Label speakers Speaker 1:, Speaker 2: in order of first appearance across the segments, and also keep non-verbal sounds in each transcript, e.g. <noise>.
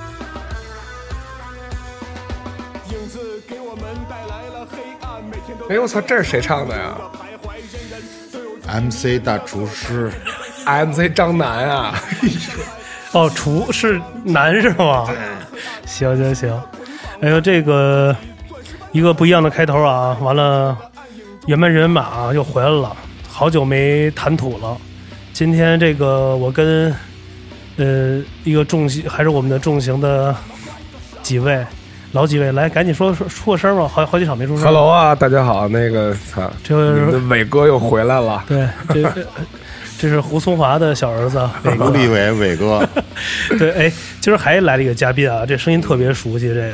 Speaker 1: <laughs> 哎我操，这是谁唱的呀
Speaker 2: ，MC 大厨师， <laughs>
Speaker 1: ？MC 张楠啊，
Speaker 3: 哦，厨是男是吗？行行行，哎呦，这个一个不一样的开头啊！完了，原班人马、啊、又回来了，好久没谈吐了。今天这个我跟呃一个重型还是我们的重型的几位老几位来，赶紧说说出个声吧，好好几场没出声。
Speaker 1: <laughs> Hello 啊，大家好，那个操，
Speaker 3: 这位
Speaker 1: 你
Speaker 3: 是
Speaker 1: 们的伟哥又回来了，
Speaker 3: 对，这这这是胡松华的小儿子伟
Speaker 2: 吴
Speaker 3: 哥。
Speaker 2: 立伟伟
Speaker 3: <laughs>
Speaker 2: 哥，
Speaker 3: 对，哎，今儿还来了一个嘉宾啊，这声音特别熟悉，这个。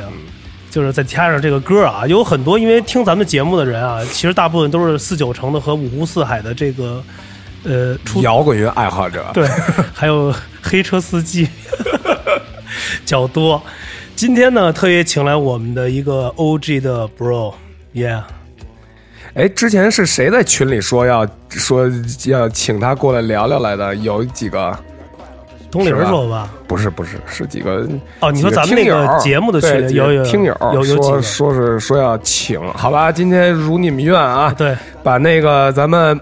Speaker 3: 就是再加上这个歌啊，有很多因为听咱们节目的人啊，其实大部分都是四九城的和五湖四海的这个，呃，出
Speaker 1: 摇滚乐爱好者，
Speaker 3: 对，还有黑车司机较多。今天呢，特意请来我们的一个 OG 的 bro，yeah，
Speaker 1: 哎，之前是谁在群里说要说要请他过来聊聊来的？有几个
Speaker 3: 东林
Speaker 1: 是吧
Speaker 3: 说吧，
Speaker 1: 不是不是是几个
Speaker 3: 哦你说咱们那
Speaker 1: 几
Speaker 3: 个
Speaker 1: 听友
Speaker 3: 节目的群
Speaker 1: 对几
Speaker 3: 有有有
Speaker 1: 听友
Speaker 3: 有有几
Speaker 1: 说
Speaker 3: 个
Speaker 1: 说是说要请，好吧，今天如你们愿啊，
Speaker 3: 对，
Speaker 1: 把那个咱们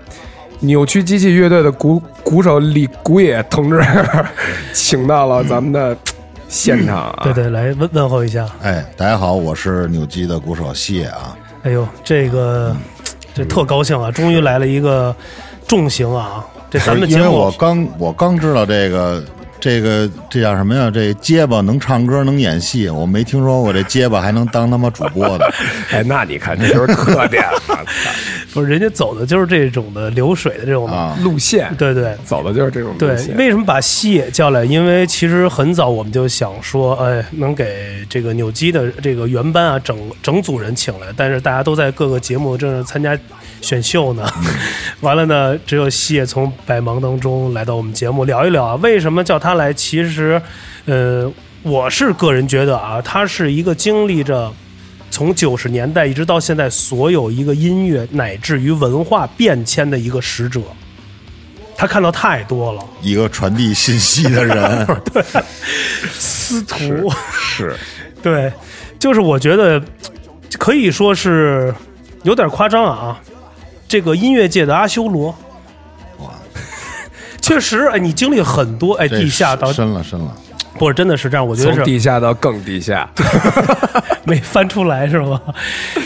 Speaker 1: 扭曲机器乐队的鼓鼓手李古野同志 <laughs> 请到了咱们的现场啊，
Speaker 3: 嗯对对，来问问候一下。
Speaker 2: 哎，大家好，我是扭机的鼓手谢啊，
Speaker 3: 哎呦，这个这特高兴啊，终于来了一个重型啊！这咱们
Speaker 2: 哎因
Speaker 3: 节
Speaker 2: 为我
Speaker 3: 目
Speaker 2: 刚我刚知道这个这个这叫什么呀？这结巴能唱歌能演戏，我没听说过这结巴还能当他妈主播
Speaker 3: <laughs>
Speaker 2: 的。
Speaker 1: 哎，那你看这就是特点啊，
Speaker 3: 不是人家走的就是这种的流水的这种的，
Speaker 2: 啊
Speaker 1: 路线
Speaker 3: 对对
Speaker 1: 走的就是这种
Speaker 3: 对
Speaker 1: 路。线，
Speaker 3: 为什么把西野叫来？因为其实很早我们就想说，哎，能给这个纽基的这个原班啊，整整组人请来，但是大家都在各个节目正参加选秀呢。 <laughs> 完了呢，只有西野从百忙当中来到我们节目聊一聊啊，为什么叫他来？其实，呃，我是个人觉得啊，他是一个经历着。从九十年代一直到现在，所有一个音乐乃至于文化变迁的一个使者，他看到太多了，
Speaker 2: 一个传递信息的人，
Speaker 3: <laughs> 司徒，
Speaker 1: 是
Speaker 3: <laughs> 对，就是我觉得可以说是有点夸张啊，这个音乐界的阿修罗，
Speaker 2: 哇，
Speaker 3: 确实，哎，你经历很多，哎，
Speaker 2: 这
Speaker 3: 地下到
Speaker 2: 深了深了。
Speaker 3: 不是真的是这样，我觉得
Speaker 1: 从
Speaker 3: 是
Speaker 1: 地下到更地下，
Speaker 3: <laughs> 没翻出来是吧？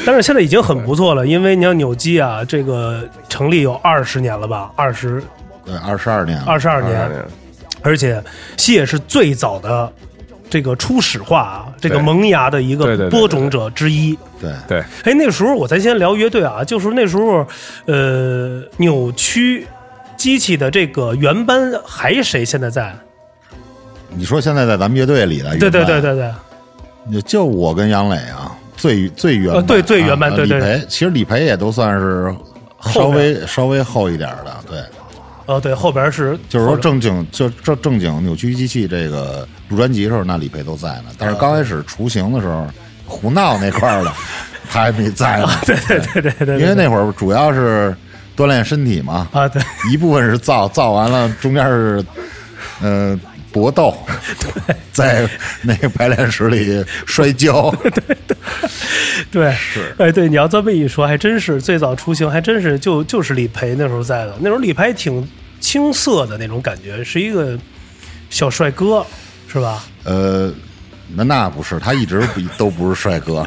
Speaker 3: 但是现在已经很不错了，因为你要扭机啊，这个成立有二十年了吧，二十
Speaker 2: 对，二十二年了，
Speaker 3: 二十二年，
Speaker 1: 嗯
Speaker 3: 而且西野是最早的这个初始化啊，这个
Speaker 1: 对
Speaker 3: 萌芽的一
Speaker 1: 对对对
Speaker 3: 个
Speaker 1: 对
Speaker 3: 播种者之一。
Speaker 2: 对，
Speaker 1: 对。
Speaker 3: 哎，那时候我咱先聊乐队啊，就是那时候，呃，扭曲机器的这个原班还谁现在在？
Speaker 2: 你说现在在咱们乐队里的，
Speaker 3: 对对对
Speaker 2: 原
Speaker 3: 对对，
Speaker 2: 版，也就我跟杨磊啊，最最原
Speaker 3: 呃
Speaker 2: 版，
Speaker 3: 对最原版
Speaker 2: 啊
Speaker 3: 对对
Speaker 2: 李培，其实李培也都算是稍微稍微厚一点的，对，
Speaker 3: 哦对，后边是
Speaker 2: 就是说正经就正正经扭曲机器这个录专辑的时候，那李培都在呢，
Speaker 3: 啊
Speaker 2: 但是刚开始雏形的时候，胡闹那块儿的，他还没在呢，对对
Speaker 3: 啊 <laughs> 对对对对，
Speaker 2: 因为那会儿主要是锻炼身体嘛，
Speaker 3: 啊对
Speaker 2: 一部分是造，造完了中间是，嗯、搏斗，在那个排练室里摔
Speaker 3: <laughs>
Speaker 2: 跤，
Speaker 3: 对是，哎对，你要这么一说，还真是最早出行还真是就就是李培那时候在的，那时候李培挺青涩的那种感觉，是一个小帅哥是吧？
Speaker 2: 呃，那那不是，他一直不都不是帅哥。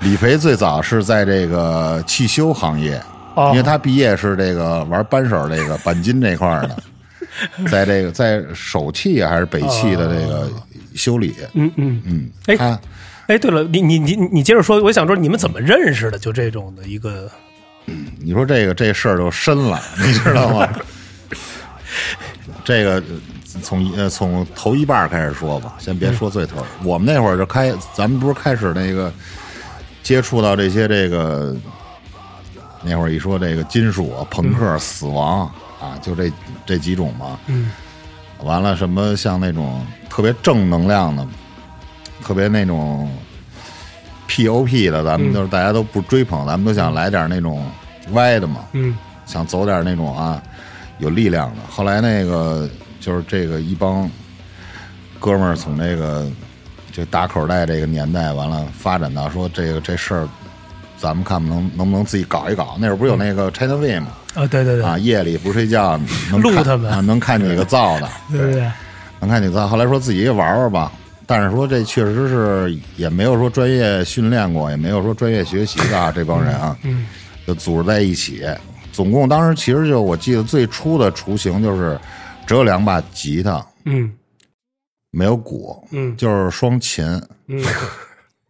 Speaker 2: 李培最早是在这个汽修行业，
Speaker 3: 哦
Speaker 2: 因为他毕业是这个玩扳手这个钣金这块儿的，在这个在首汽还是北汽的这个修理，
Speaker 3: 嗯嗯，
Speaker 2: 嗯，
Speaker 3: 哎
Speaker 2: 他
Speaker 3: 哎对了，你你你你接着说，我想说你们怎么认识的？就这种的一个
Speaker 2: 你说这个这事儿就深了，你知道吗？这个呃从一呃从头一半儿开始说吧，先别说最头儿。我们那会儿就开，咱们不是开始那个接触到这些这个，那会儿一说这个金属啊、朋克、死亡啊，就这这几种嘛。嗯。完了，什么像那种特别正能量的，特别那种 POP 的，咱
Speaker 3: 嗯
Speaker 2: 们就是大家都不追捧，咱们都想来点那种歪的嘛，
Speaker 3: 嗯
Speaker 2: 想走点那种啊有力量的。后来那个就是这个一帮哥们儿从那个这打口袋这个年代，完了发展到说这个这事儿，咱们看不能能不能自己搞一搞。那会儿不是有那个 China Way 吗？
Speaker 3: 啊，对嗯对对，
Speaker 2: 啊，夜里不睡觉，能
Speaker 3: 录
Speaker 2: 看
Speaker 3: 他们
Speaker 2: 啊，能看几个造的，
Speaker 3: 对对对，
Speaker 2: 能看几个造。后来说自己也玩玩吧，但是说这确实是也没有说专业训练过，也没有说专业学习的啊，这帮人啊，嗯，就组织在一起。总共当时其实就我记得最初的雏形就是只有两把吉他，
Speaker 3: 嗯
Speaker 2: 没有鼓，
Speaker 3: 嗯
Speaker 2: 就是双琴。
Speaker 3: 嗯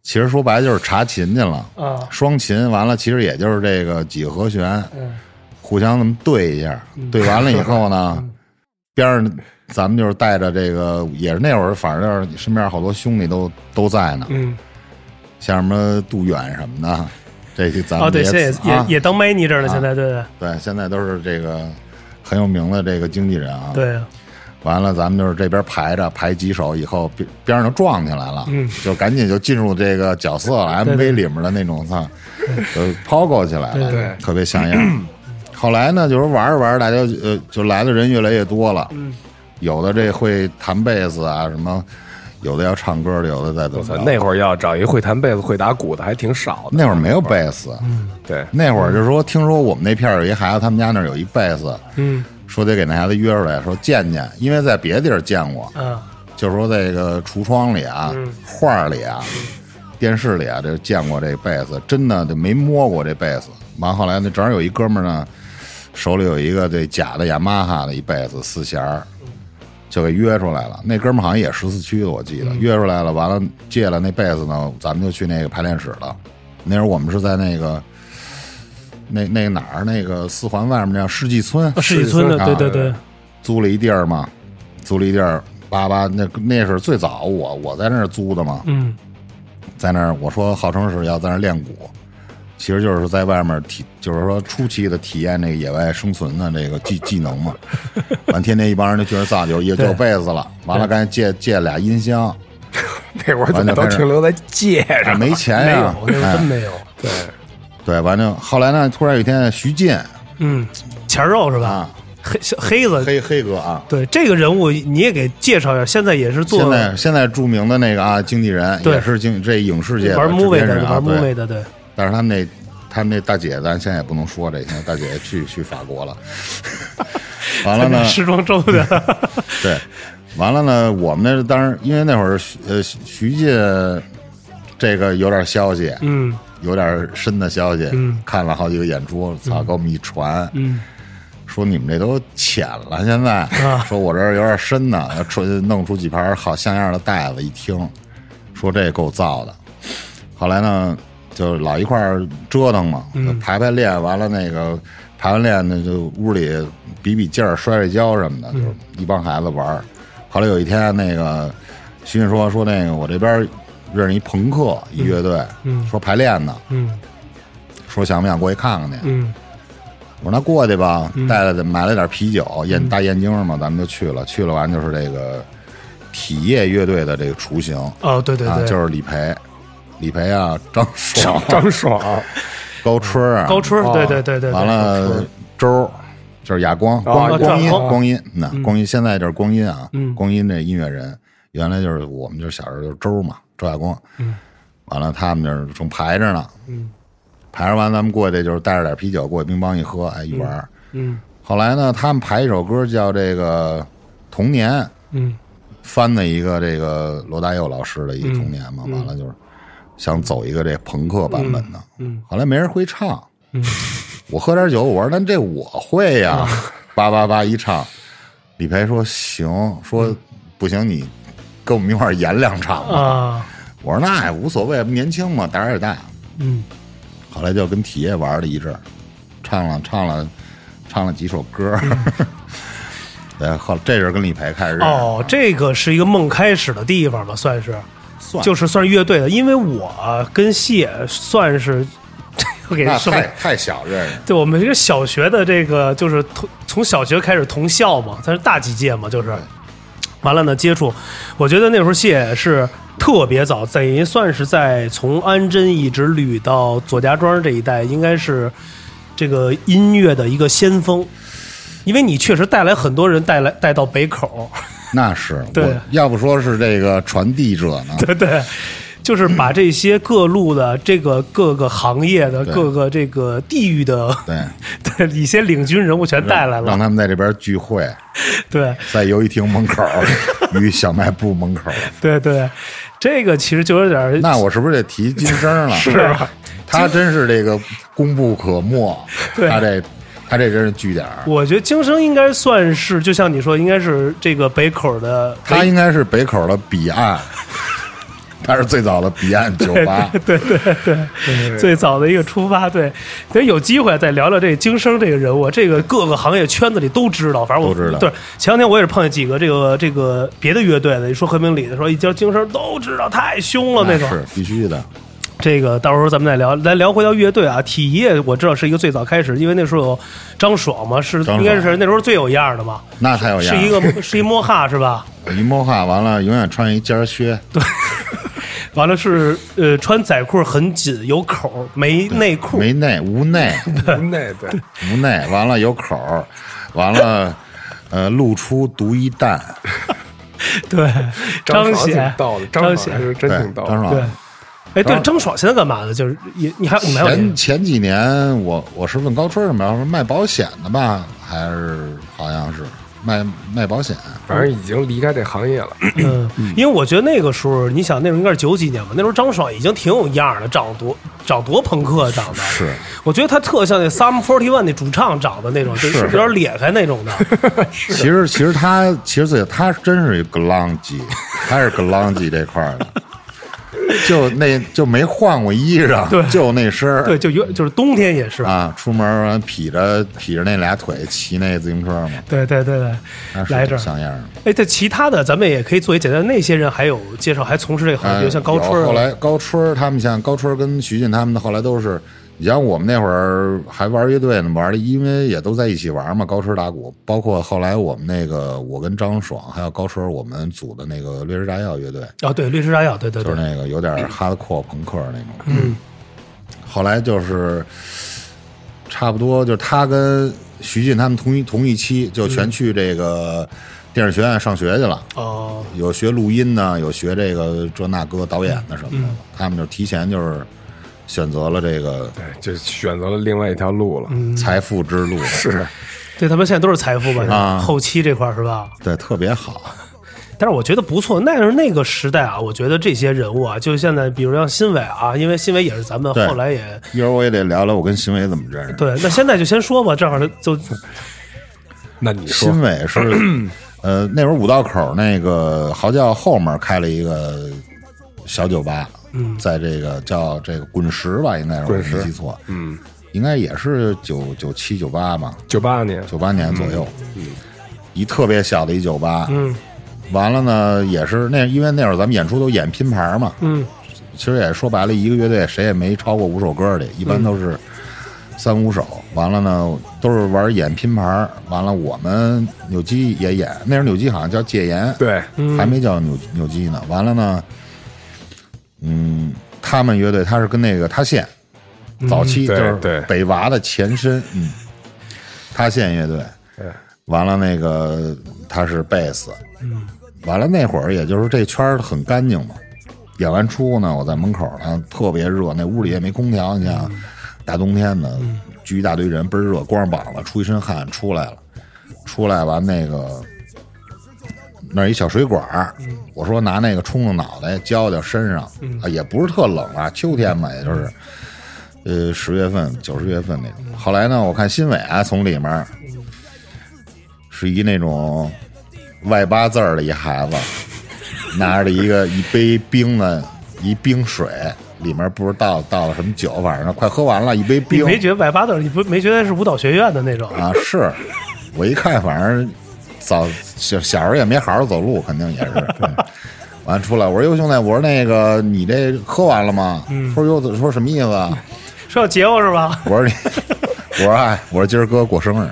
Speaker 2: 其实说白了就是查琴去了，
Speaker 3: <laughs> 啊，
Speaker 2: 双琴完了，其实也就是这个几个和弦，
Speaker 3: 嗯
Speaker 2: 互相那么对一下，对完了以后
Speaker 3: <laughs>
Speaker 2: 呢，
Speaker 3: 嗯
Speaker 2: 边上咱们就是带着这个，也是那会儿，反正就是身边好多兄弟都都在呢，
Speaker 3: 嗯，
Speaker 2: 像什么杜远什么的， <laughs> 这些咱
Speaker 3: 哦，
Speaker 2: 们
Speaker 3: 对，
Speaker 2: 也
Speaker 3: 现在也
Speaker 2: 啊
Speaker 3: 也也当 manager 了，现在对对
Speaker 2: 对，现在都是这个很有名的这个经纪人啊。，
Speaker 3: 对，
Speaker 2: 完了咱们就是这边排着排几首以后，边边上就撞起来了，
Speaker 3: 嗯，
Speaker 2: 就赶紧就进入这个角色了
Speaker 3: 对对
Speaker 2: ，MV 里面的那种操，就抛过起来了，
Speaker 1: 对对
Speaker 2: 特别像
Speaker 3: <clears throat>
Speaker 2: 样。后来呢，就是玩着玩着，大家就呃就来的人越来越多了，嗯，有的这会弹贝斯啊什么，有的要唱歌的，有的在怎么
Speaker 1: 操
Speaker 2: 着
Speaker 1: 那会儿要找一会弹贝斯、会打鼓的还挺少的。
Speaker 2: 那会儿没有贝斯，
Speaker 3: 嗯
Speaker 1: 对，
Speaker 2: 那会儿就说听说我们那片儿有一孩子，他们家那儿有一贝斯，
Speaker 3: 嗯
Speaker 2: 说得给那孩子约出来，说见见，因为在别的地儿见过，
Speaker 3: 啊，
Speaker 2: 就是说这个橱窗里啊、画儿里啊、电视里啊，这见过这贝斯，真的就没摸过这贝斯。完后来呢，正好有一哥们儿呢，手里有一个这假的雅马哈的一贝斯四弦儿，就给约出来了。那哥们儿好像也十四区的，我记得、约出来了。完了借了那贝斯呢，咱们就去那个排练室了。那时候我们是在那个。那那哪儿？那个四环外面那叫世纪村，
Speaker 3: 哦世纪村的，
Speaker 2: 啊
Speaker 3: 对对对，
Speaker 2: 租了一地儿嘛，租了一地儿，叭叭，那那是最早我我在那儿租的嘛，
Speaker 3: 嗯
Speaker 2: 在那儿我说号称是要在那儿练鼓，其实就是在外面体，就是说初期的体验这个野外生存的这个技 <laughs> 技能嘛。完，天天一帮人就觉得造就也就被子了，完了赶紧借借俩音箱，
Speaker 1: 那会儿怎么都停留在界上？
Speaker 2: 没钱
Speaker 3: 哎没有
Speaker 2: 呀，，
Speaker 3: 那个真
Speaker 2: 哎，
Speaker 3: 没有，
Speaker 1: 对，
Speaker 2: 对，完了后来呢，突然有一天徐进
Speaker 3: 嗯，钱肉是吧？
Speaker 2: 啊，
Speaker 3: 黑小黑子，
Speaker 2: 黑黑哥啊。
Speaker 3: 对这个人物你也给介绍一下，现在也是做
Speaker 2: 现在现在著名的那个啊，经纪人
Speaker 3: 对
Speaker 2: 也是经这影视界的
Speaker 3: 玩
Speaker 2: 制
Speaker 3: movie
Speaker 2: 片
Speaker 3: 的，
Speaker 2: 人啊，
Speaker 3: 玩
Speaker 2: 对
Speaker 3: movie 的，对，
Speaker 2: 但是他们那他们那大姐，咱现在也不能说这，现在大姐去去法国
Speaker 3: <laughs>
Speaker 2: 了。完了呢，
Speaker 3: 时装周的，
Speaker 2: 对，完了呢，我们那当然，因为那会儿徐呃徐徐进这个有点消息，
Speaker 3: 嗯
Speaker 2: 有点深的消息，
Speaker 3: 嗯
Speaker 2: 看了好几个演出，操，给我们一传，
Speaker 3: 嗯
Speaker 2: 说你们这都浅了，现在、
Speaker 3: 啊
Speaker 2: 说我这儿有点深呢，要出弄出几盘好像样的袋子，一听说这够造的。后来呢，就老一块儿折腾嘛，
Speaker 3: 嗯
Speaker 2: 就排排练，完了那个排完练呢，就屋里比比劲儿、摔摔跤什么
Speaker 3: 嗯
Speaker 2: 的，就是一帮孩子玩儿。后来有一天，那个徐迅说说那个我这边认识一朋克一乐队，
Speaker 3: 嗯
Speaker 2: 说排练呢，
Speaker 3: <laughs> 嗯
Speaker 2: 说想不想过去看看去？
Speaker 3: 嗯
Speaker 2: 我说那过去吧，带了买了点啤
Speaker 3: 嗯
Speaker 2: 酒，燕大燕京嘛，咱们就去了。去了完就是这个体液乐队的这个雏形
Speaker 3: 哦，对对
Speaker 2: 啊，
Speaker 3: 对，
Speaker 2: 就是李培、李培啊、张爽、
Speaker 1: 张爽，
Speaker 2: 高春啊、
Speaker 3: 高春，对对对对，对
Speaker 2: 完，了周儿就是哑光
Speaker 1: 光
Speaker 3: 哦
Speaker 2: 光音
Speaker 3: 光
Speaker 2: 光音，那光音现在就是光音啊
Speaker 3: 嗯，
Speaker 2: 光音这音乐人原来就是我们就是小时候就是周儿嘛，周亚光，
Speaker 3: 嗯
Speaker 2: 完了他们就是正排着呢，排着完咱们过去就是带着点啤酒过去乒乓一喝，哎一玩儿。
Speaker 3: 嗯
Speaker 2: 后来呢，他们排一首歌叫这个《童年》，
Speaker 3: 嗯
Speaker 2: 翻的一个这个罗大佑老师的一个《童年》嘛，完了就是想走一个这朋克版本的，
Speaker 3: 嗯
Speaker 2: 后来没人会唱，
Speaker 3: 嗯
Speaker 2: 我喝点酒，我说那这我会呀，叭叭叭一唱，李培说行，说不行你跟我们一块儿演两场吧，
Speaker 3: 啊
Speaker 2: 我说那也无所谓，年轻嘛，胆儿也大，
Speaker 3: 嗯
Speaker 2: 后来就跟体液玩了一阵儿，唱了唱了唱了几首歌。 <laughs> 对，后这是跟李培开始认识
Speaker 3: 嗯哦，这个是一个梦开始的地方吧，算是。
Speaker 2: 算
Speaker 3: 就是算是乐队的，因为我跟谢算是 <laughs> 又给
Speaker 2: 那
Speaker 3: 说
Speaker 2: 太太小认识，
Speaker 3: 对我们这个小学的这个就是同从小学开始同校嘛，他是大几届嘛，就是完了呢接触，我觉得那时候谢也是特别早，等于算是在从安贞一直捋到左家庄这一带，应该是这个音乐的一个先锋，因为你确实带来很多人带来带到北口，
Speaker 2: 那是，
Speaker 3: 对
Speaker 2: 我要不说是这个传递者呢，
Speaker 3: <laughs> 对对，就是把这些各路的这个各个行业的
Speaker 2: 对
Speaker 3: 各个这个地域的
Speaker 2: 对，
Speaker 3: <laughs> 对一些领军人物全带来
Speaker 2: 让
Speaker 3: 了，
Speaker 2: 他们在这边聚会，
Speaker 3: 对
Speaker 2: 在游戏厅门口与小卖部门口。
Speaker 3: 对对，这个其实就有点儿
Speaker 2: 那我是不是得提金生了？是
Speaker 3: 吧？
Speaker 2: 他真是这个功不可没，
Speaker 3: <laughs> 对
Speaker 2: 他这他这真是据点儿。
Speaker 3: 我觉得京生应该算是，就像你说，应该是这个北口的
Speaker 2: 他应该是北口的彼岸，他是最早的彼岸酒吧。
Speaker 3: 对对对， <laughs> 最早的一个出发。对，等有机会再聊聊这京生这个人物，这个各个行业圈子里都知道。反正我
Speaker 2: 都知道
Speaker 3: 对，前两天我也是碰见几个这个这个别的乐队的，一说和平里的，说一叫京生都知道，太凶了那种。
Speaker 2: 是必须的，
Speaker 3: 这个到时候咱们再聊。来聊回到乐队啊，体液我知道是一个最早开始，因为那时候有张爽嘛，是
Speaker 2: 张爽
Speaker 3: 应该是那时候最有样儿的嘛，
Speaker 2: 那才有样
Speaker 3: 是
Speaker 2: 儿。
Speaker 3: 一个是一摸哈是吧？
Speaker 2: 一摸哈完了，永远穿一尖靴，
Speaker 3: 完了是呃穿仔裤很紧，有口儿没内裤，
Speaker 2: 没内无
Speaker 3: <laughs>
Speaker 2: 内
Speaker 1: 那对，
Speaker 2: 无内，完了有口儿，完了呃露出独一蛋。
Speaker 3: 对，张
Speaker 1: 爽挺
Speaker 3: 显
Speaker 1: 逗的，
Speaker 3: 张
Speaker 1: 张
Speaker 3: 显
Speaker 1: 爽是真
Speaker 2: 对
Speaker 1: 挺逗，
Speaker 2: 张
Speaker 1: 的。
Speaker 3: 对
Speaker 2: 爽。，
Speaker 3: 哎，对，
Speaker 2: 张
Speaker 3: 张爽现在干嘛呢？就是也你还你们还有
Speaker 2: 前
Speaker 3: 联
Speaker 2: 前几年我我是问高春什么，我说卖保险的吧，还是好像是卖卖保险。
Speaker 1: 反正已经离开这行业了。
Speaker 3: 嗯，因为我觉得那个时候，你想那时候应该是九几年吧，那时候张爽已经挺有样儿了，长得多长多朋克长得，
Speaker 2: 是
Speaker 3: 我觉得他特像那 Sum Forty One 那主唱长得那种，就是有点裂开那种的，
Speaker 2: 其实其实他其实最他真是一个浪基，他是个浪基这块儿的，就那就没换过衣裳，就那身儿
Speaker 3: 对，就有就是冬天也是，
Speaker 2: 啊，出门完劈着劈着那俩腿骑那自行车嘛，
Speaker 3: 对对对
Speaker 2: 那
Speaker 3: 对，
Speaker 2: 是
Speaker 3: 来这儿。
Speaker 2: 像样儿的。
Speaker 3: 哎，对其他的咱们也可以做一简单，那些人还有介绍，还从事这个行业，啊比如像高春
Speaker 2: 哎有
Speaker 3: 儿
Speaker 2: 后来高春儿他们像高春儿跟徐俊他们的后来都是，你像我们那会儿还玩乐队呢，玩的因为也都在一起玩嘛，高春儿打鼓，包括后来我们那个我跟张爽还有高春儿我们组的那个烈日炸药乐队，
Speaker 3: 啊，对，律师炸药，对对
Speaker 2: 就
Speaker 3: 对
Speaker 2: 是，那个有点哈德阔朋克那种。嗯，后来就是差不多，就是他跟徐进他们同一同一期，就
Speaker 3: 嗯
Speaker 2: 全去这个电影学院上学去了。
Speaker 3: 哦，
Speaker 2: 有学录音的，有学这个这那歌导演的什么的，他们就提前就是选择了这个
Speaker 1: 对，就选择了另外一条路了。
Speaker 2: 财富之路，是
Speaker 3: 对他们现在都是财富吧，
Speaker 2: 啊
Speaker 3: 后期这块儿是吧？
Speaker 2: 对，特别好。
Speaker 3: 但是我觉得不错，那是那个时代啊，我觉得这些人物啊，就现在，比如像新伟啊，因为新伟也是咱们
Speaker 2: 对
Speaker 3: 后来也
Speaker 2: 一会儿我也得聊聊我跟新伟怎么认识的。
Speaker 3: 对那现在就先说吧，正好就
Speaker 1: 那你说
Speaker 2: 新伟是，呃，那会儿五道口那个嚎叫后面开了一个小酒吧，嗯，在这个叫这个滚石吧，应该是我
Speaker 1: 滚石
Speaker 2: 没记错，嗯，应该也是九九七九八吧，
Speaker 1: 九八年
Speaker 2: 九八年左右，嗯，一特别小的一酒吧，嗯，完了呢，也是那因为那会儿咱们演出都演拼盘嘛，
Speaker 3: 嗯，
Speaker 2: 其实也说白了，一个乐队谁也没超过五首歌的，一般都是三五首。完了呢，都是玩演拼盘儿。完了，我们扭机也演，那时候扭机好像叫戒严，
Speaker 1: 对，
Speaker 2: 还没叫扭扭机呢。完了呢，嗯，他们乐队他是跟那个塌陷，早期就
Speaker 1: 对
Speaker 2: 是
Speaker 1: 嗯对
Speaker 2: 北娃的前身，嗯，塌陷乐队。
Speaker 1: 嗯
Speaker 2: 完了那个他是贝斯，
Speaker 1: 嗯
Speaker 2: 完了那会儿也就是这圈儿很干净嘛。演完出呢，我在门口呢，特别热，那屋里也没空调，你
Speaker 1: 嗯
Speaker 2: 想，大冬天的，聚一大堆人，倍儿热，光着膀子，出一身汗出来了，出来完那个那儿一小水管儿，
Speaker 3: 嗯
Speaker 2: 我说拿那个冲冲脑袋，浇浇身上，啊，也不是特冷啊，秋天嘛，也就是。呃，十月份、九十月份那
Speaker 3: 嗯
Speaker 2: 种。后来呢，我看新伟啊，从里面儿是一那种外八字儿的一孩子，拿着一个一杯冰的一冰水，里面不知道倒了什么酒，反正快喝完了，一杯
Speaker 3: 你
Speaker 2: 冰
Speaker 3: 没觉得百八的，你不没觉得是舞蹈学院的那种？
Speaker 2: 啊，是我一看，反正早小小时候也没好好走路，肯定也是。对完出来，我说哟兄弟，我说那个你这喝完了吗？说哟说什么意思啊？
Speaker 3: 是要结我是吧？ <laughs>
Speaker 2: 我说你， <laughs> 我说哎，我说今儿哥过生日，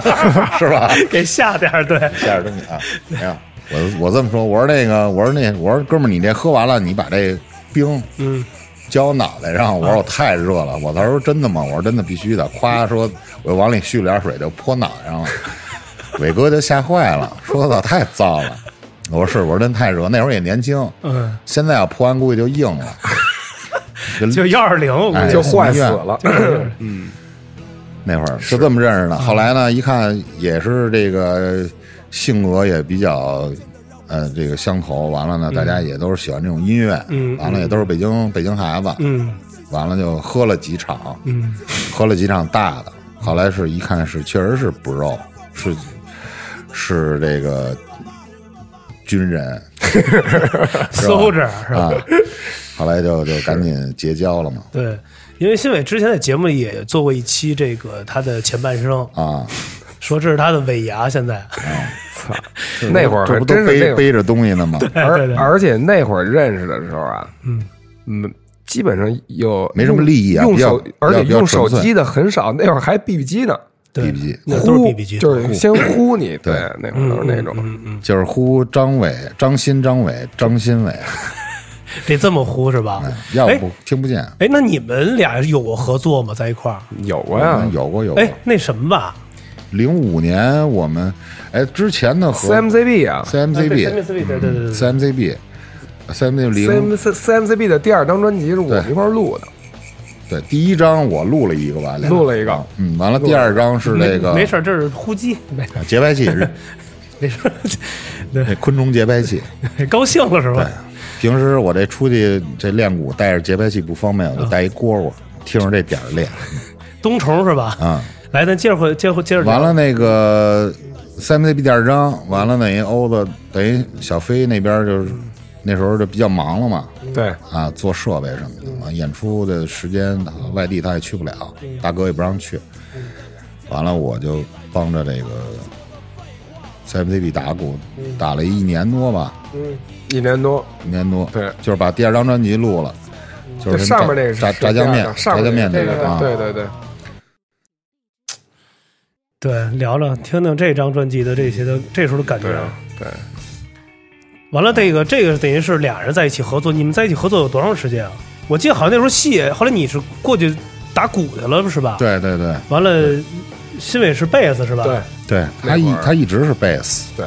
Speaker 2: <laughs> 是吧？
Speaker 3: 给下点儿，对，
Speaker 2: <laughs> 下点东西啊，没有，我我这么说，我说那个，我说那，我说哥们儿，你这喝完了，你把这冰，嗯，浇我脑袋上。我说我太热了，我他说真的吗？我说真的，必须的。夸说，我往里蓄了点水就泼脑袋上了。伟哥就吓坏了，说操，太燥了。我说是，我说真太热，那会儿也年轻，
Speaker 3: 嗯，
Speaker 2: 现在要破案估计就硬了，
Speaker 3: 就幺二零，我估
Speaker 2: 哎
Speaker 3: 计嗯
Speaker 1: 就坏死了。
Speaker 2: 那会儿就这么认识的。后来呢，一看也是这个性格也比较，呃，这个相投。完了呢，大家也都是喜欢这种音乐，
Speaker 3: 嗯
Speaker 2: 完了也都是北京北京孩子，
Speaker 3: 嗯
Speaker 2: 完了就喝了几场，
Speaker 3: 嗯
Speaker 2: 喝了几场大的。后来是一看是确实是不肉，是是这个军人
Speaker 3: ，soldier 是吧？
Speaker 2: 啊。后来就就赶紧结交了嘛
Speaker 3: 对，因为新伟之前在节目里也做过一期这个他的前半生，
Speaker 2: 啊，
Speaker 3: 说这是他的尾牙，现在
Speaker 1: 操， <laughs> 那会儿
Speaker 2: 这
Speaker 1: 还
Speaker 2: 不都
Speaker 1: 真是那
Speaker 2: 背
Speaker 1: 会儿
Speaker 2: 背着东西呢吗？
Speaker 3: 哎对
Speaker 1: 而
Speaker 3: 对
Speaker 1: 而且那会儿认识的时候啊，
Speaker 3: 嗯
Speaker 1: 嗯，基本上有
Speaker 2: 没什么利益啊
Speaker 1: 用
Speaker 2: 比较
Speaker 1: 手而且
Speaker 2: 比较
Speaker 1: 用手
Speaker 2: 比较纯粹
Speaker 1: 机的很少，那会儿还 BB 机呢，
Speaker 3: 对
Speaker 2: BB 机
Speaker 3: 那都是
Speaker 1: 呼
Speaker 3: BB 机，
Speaker 1: 就是先呼你，对
Speaker 2: 对，
Speaker 1: 那会儿都是那种，
Speaker 3: 嗯嗯，
Speaker 2: 就是呼张伟、张新、张伟、张新伟，
Speaker 3: 得这么呼是吧？
Speaker 2: 要
Speaker 3: 哎
Speaker 2: 不听不见。
Speaker 3: 哎，那你们俩有过合作吗？在一块儿？
Speaker 1: 有啊过呀
Speaker 2: 有啊过有过
Speaker 3: 哎。，那什么吧，
Speaker 2: 零五年我们哎之前的和
Speaker 1: ，CMCB 啊
Speaker 2: CMCB
Speaker 3: 对对对对
Speaker 2: CMCB CMCB 零
Speaker 1: ，CMCB 的第二张专辑是我们一块儿录的，
Speaker 2: 对第一张我录了一个吧，两
Speaker 1: 录了一个
Speaker 2: 嗯，完了第二张是
Speaker 3: 没
Speaker 2: 这个
Speaker 3: 没事儿，这是呼机，没
Speaker 2: 啊节拍器，是 <laughs>
Speaker 3: 没事 <laughs> 儿，
Speaker 2: 那昆虫节拍器。
Speaker 3: 高兴了是吧？
Speaker 2: 平时我这出去这练鼓带着节拍器不方便，
Speaker 3: 啊
Speaker 2: 我就带一蝈蝈，听着这点儿练
Speaker 3: 冬虫是吧？
Speaker 2: 啊。
Speaker 3: 来，咱接着回，接着回接着聊
Speaker 2: 完了，那个 CMCB 第二张，完了等于欧子等于小飞那边就是那时候就比较忙了嘛，
Speaker 1: 对，
Speaker 2: 啊，做设备什么的嘛，演出的时间啊外地他也去不了，大哥也不让去。完了，我就帮着这个 CMCB 打鼓，打了一年多吧，
Speaker 1: 一年多，
Speaker 2: 一年多，
Speaker 1: 对
Speaker 2: 就是把第二张专辑录了，就
Speaker 1: 就是
Speaker 2: 什么
Speaker 1: 上面那个是
Speaker 2: 炸炸炸酱面，
Speaker 1: 上
Speaker 2: 炸酱面
Speaker 1: 那
Speaker 2: 这个啊，
Speaker 1: 对对对，
Speaker 3: 对，聊聊听听这张专辑的这些的这时候的感觉。啊
Speaker 1: 对啊
Speaker 2: 啊
Speaker 1: 对，
Speaker 3: 完了，这个这个等于是俩人在一起合作，你们在一起合作有多长时间啊？我记得好像那时候戏，后来你是过去打鼓去了是吧？。
Speaker 2: 对对对
Speaker 3: 完了，新伟是贝斯是吧？
Speaker 1: 对。
Speaker 2: 对，
Speaker 1: 那
Speaker 2: 他一
Speaker 1: 会儿
Speaker 2: 他一直是贝斯。
Speaker 1: 对，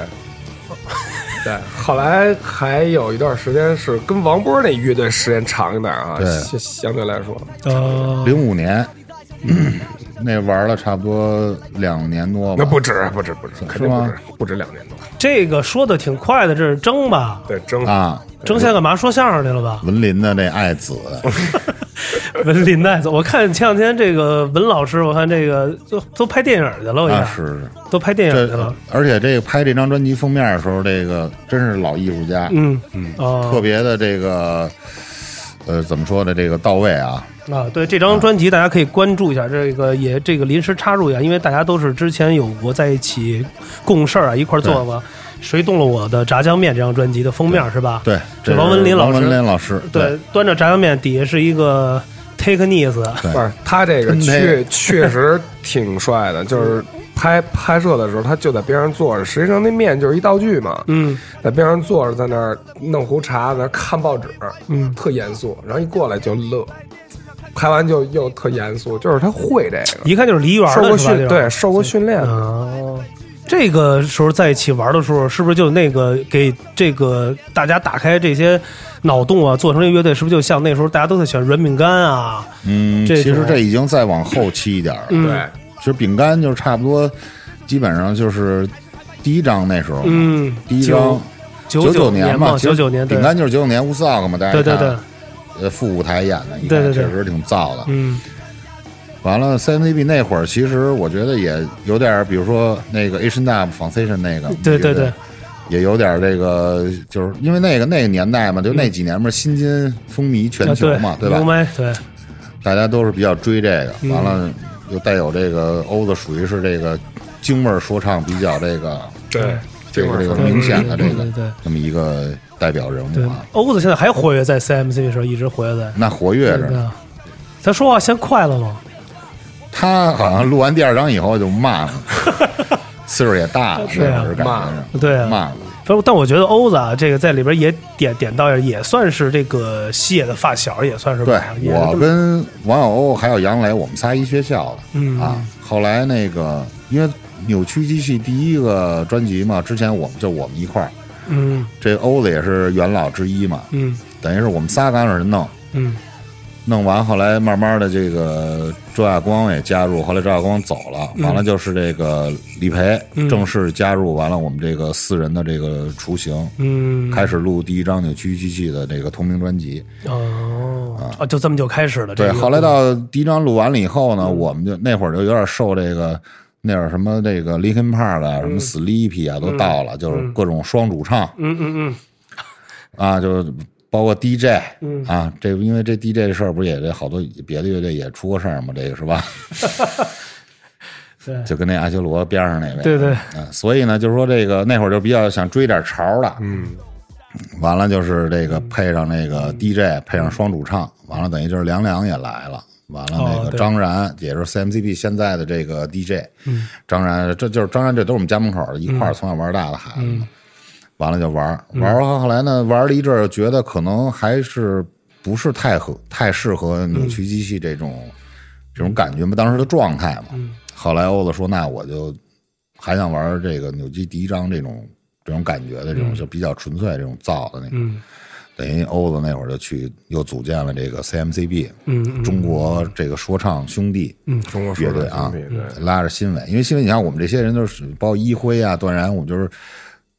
Speaker 1: <laughs> 对，后来还有一段时间是跟王波那乐队时间长一点啊，
Speaker 2: 对
Speaker 1: 相相对来说，
Speaker 3: 呃，
Speaker 2: 零五年，那玩了差不多两年多吧。
Speaker 1: 那不止，啊不止，不止，肯定不
Speaker 2: 吗
Speaker 1: 止，不止两年多。
Speaker 3: 这个说的挺快的，这是争吧？
Speaker 1: 对，争
Speaker 2: 啊，
Speaker 3: 争现在干嘛？说相声去了吧？
Speaker 2: <laughs> 文林的这爱子，
Speaker 3: 文林奈子，我看前两天这个文老师，我看这个都都拍电影去了，我
Speaker 1: 哎
Speaker 3: 一
Speaker 2: 啊
Speaker 3: 看、
Speaker 2: 是是，
Speaker 3: 都拍电影去
Speaker 2: 这
Speaker 3: 了。
Speaker 2: 而且这个拍这张专辑封面的时候，这个真是老艺术家，
Speaker 3: 嗯嗯
Speaker 2: 特
Speaker 3: 哦
Speaker 2: 别的这个，呃，怎么说呢？这个到位啊，
Speaker 3: 啊，对这张专辑大家可以关注一下，这个也这个临时插入一下，因为大家都是之前有过在一起共事儿啊，一块儿做过《谁动了我的炸酱面》这张专辑的封面是吧？
Speaker 2: 对，这
Speaker 3: 这王文林
Speaker 2: 是
Speaker 3: 老师
Speaker 2: 王文林老师，
Speaker 3: 对，端着炸酱面底下是一个 take knees，
Speaker 1: 不是他这个
Speaker 2: 真
Speaker 1: 确 <laughs>
Speaker 2: 的
Speaker 1: 确实挺帅的，就是拍拍摄的时候他就在边上坐着，实际上那面就是一道具嘛，
Speaker 3: 嗯
Speaker 1: 在边上坐着，在那儿弄壶茶，在那儿看报纸，
Speaker 3: 嗯，
Speaker 1: 特严肃，然后一过来就乐，拍完就又特严肃，就是他会这个。
Speaker 3: 一看就是梨园
Speaker 1: 受
Speaker 3: 的
Speaker 1: 过
Speaker 3: 是吧？
Speaker 1: 训
Speaker 3: 这种
Speaker 1: 对，受过训练的，
Speaker 3: 哦，这个时候在一起玩的时候，是不是就那个给这个大家打开这些脑洞啊，做成这个乐队，是不是就像那时候大家都在选软饼干啊？
Speaker 2: 嗯，
Speaker 3: 这
Speaker 2: 其实
Speaker 3: 种
Speaker 2: 这已经再往后期一点了。
Speaker 3: 嗯
Speaker 1: 对，
Speaker 2: 其实饼干就是差不多，基本上就是第一章那时候，
Speaker 3: 嗯，
Speaker 2: 第一章
Speaker 3: 九
Speaker 2: 九
Speaker 3: 年
Speaker 2: 嘛，
Speaker 3: 九九年
Speaker 2: 饼干就是九九年乌斯奥克嘛，大家
Speaker 3: 对对
Speaker 2: 看
Speaker 3: 对，
Speaker 2: 呃，副舞台演的，你看
Speaker 3: 对对对
Speaker 2: 确实挺燥的。
Speaker 3: 嗯
Speaker 2: 完了，CMCB 那会儿，其实我觉得也有点儿，比如说那个 Asian Dub Foundation 那个，
Speaker 3: 对对
Speaker 2: 我觉得
Speaker 3: 对，
Speaker 2: 也有点儿这个，就是因为那个那个年代嘛，就那几年嘛，新金风靡全球嘛，对
Speaker 3: 嗯啊对嗯
Speaker 2: 吧？
Speaker 3: 麦对，
Speaker 2: 大家都是比较追这个，完了又带有这个欧子，属于是这个京味儿说唱比较这个
Speaker 1: 对，
Speaker 2: 这个这个
Speaker 1: 嗯
Speaker 2: 明显啊的这
Speaker 3: 对对
Speaker 2: 个
Speaker 3: 对
Speaker 2: 这么一个代表人
Speaker 3: 对
Speaker 2: 物啊。，
Speaker 3: 欧子现在还活跃在 CMC 的时候，一直活跃在。
Speaker 2: 那活跃着
Speaker 3: 对
Speaker 2: 呢，
Speaker 3: 啊，他说话先快了吗？
Speaker 2: 他好像录完第二章以后就骂
Speaker 3: <laughs>
Speaker 2: 了，岁数也大了，
Speaker 3: 是啊
Speaker 2: 那会儿感觉是
Speaker 3: 对啊，
Speaker 2: 骂了。
Speaker 3: 但但我觉得欧子啊，这个在里边也点点到，也算是这个西野的发小，也算是
Speaker 2: 对
Speaker 3: 吧。也
Speaker 2: 我跟王小欧还有杨磊，我们仨一学校的、
Speaker 3: 嗯
Speaker 2: 啊。后来那个因为扭曲机器第一个专辑嘛，之前我们就我们一块儿，
Speaker 3: 嗯
Speaker 2: 这欧子也是元老之一嘛，
Speaker 3: 嗯
Speaker 2: 等于是我们仨刚开始弄，
Speaker 3: 嗯
Speaker 2: 弄完后来慢慢的这个周亚光也加入，后来周亚光走了，
Speaker 3: 嗯
Speaker 2: 完了就是这个李培正式加入，完了我们这个四人的这个雏形，
Speaker 3: 嗯，
Speaker 2: 开始录第一张扭曲机器的这个同名专辑。
Speaker 3: 哦啊，就这么就开始了。
Speaker 2: 对，
Speaker 3: 这个嗯
Speaker 2: 后来到第一张录完了以后呢，我们就那会儿就有点受这个。那会儿什么这个 Linkin Park 啊，什么 Sleepy 啊，都到了，就是各种双主唱，
Speaker 3: 嗯嗯嗯
Speaker 2: <laughs> 啊，就包括 DJ，啊，这因为这 DJ 这事儿不是也这好多别的乐队也出过事儿嘛，这个是吧？ <laughs>
Speaker 3: 对
Speaker 2: 就跟那阿修罗边上那位，
Speaker 3: 对对
Speaker 2: 嗯，所以呢，就是说这个那会儿就比较想追点潮了，嗯，完了就是这个配上那个 DJ，配上双主唱，完了等于就是梁梁也来了。完了，
Speaker 3: 哦
Speaker 2: 那个
Speaker 3: 对
Speaker 2: 张然、也就是 CMCB 现在的这个 DJ，、嗯、张然这就是张然，这都是我们家门口儿一
Speaker 3: 嗯
Speaker 2: 块儿从小玩大的孩子嘛。完了就玩儿玩完后来呢，玩了一阵儿，觉得可能还是不是太合太适合扭曲机器这
Speaker 3: 嗯
Speaker 2: 种、这种感觉嘛，当时的状态嘛。后来欧子说：“那我就还想玩这个扭机第一张这种这种感觉的这种，就比较纯粹这种造的那种。
Speaker 3: 嗯
Speaker 2: 等于欧子那会儿就去又组建了这个 CMCB，
Speaker 3: 嗯嗯
Speaker 2: 中国这个说唱兄弟
Speaker 1: 中国说
Speaker 2: 乐
Speaker 1: 的
Speaker 2: 队
Speaker 1: 兄
Speaker 2: 啊
Speaker 1: 弟，对，
Speaker 2: 拉着新伟，因为新伟，你看我们这些人都是包括一辉啊、段然，我们就是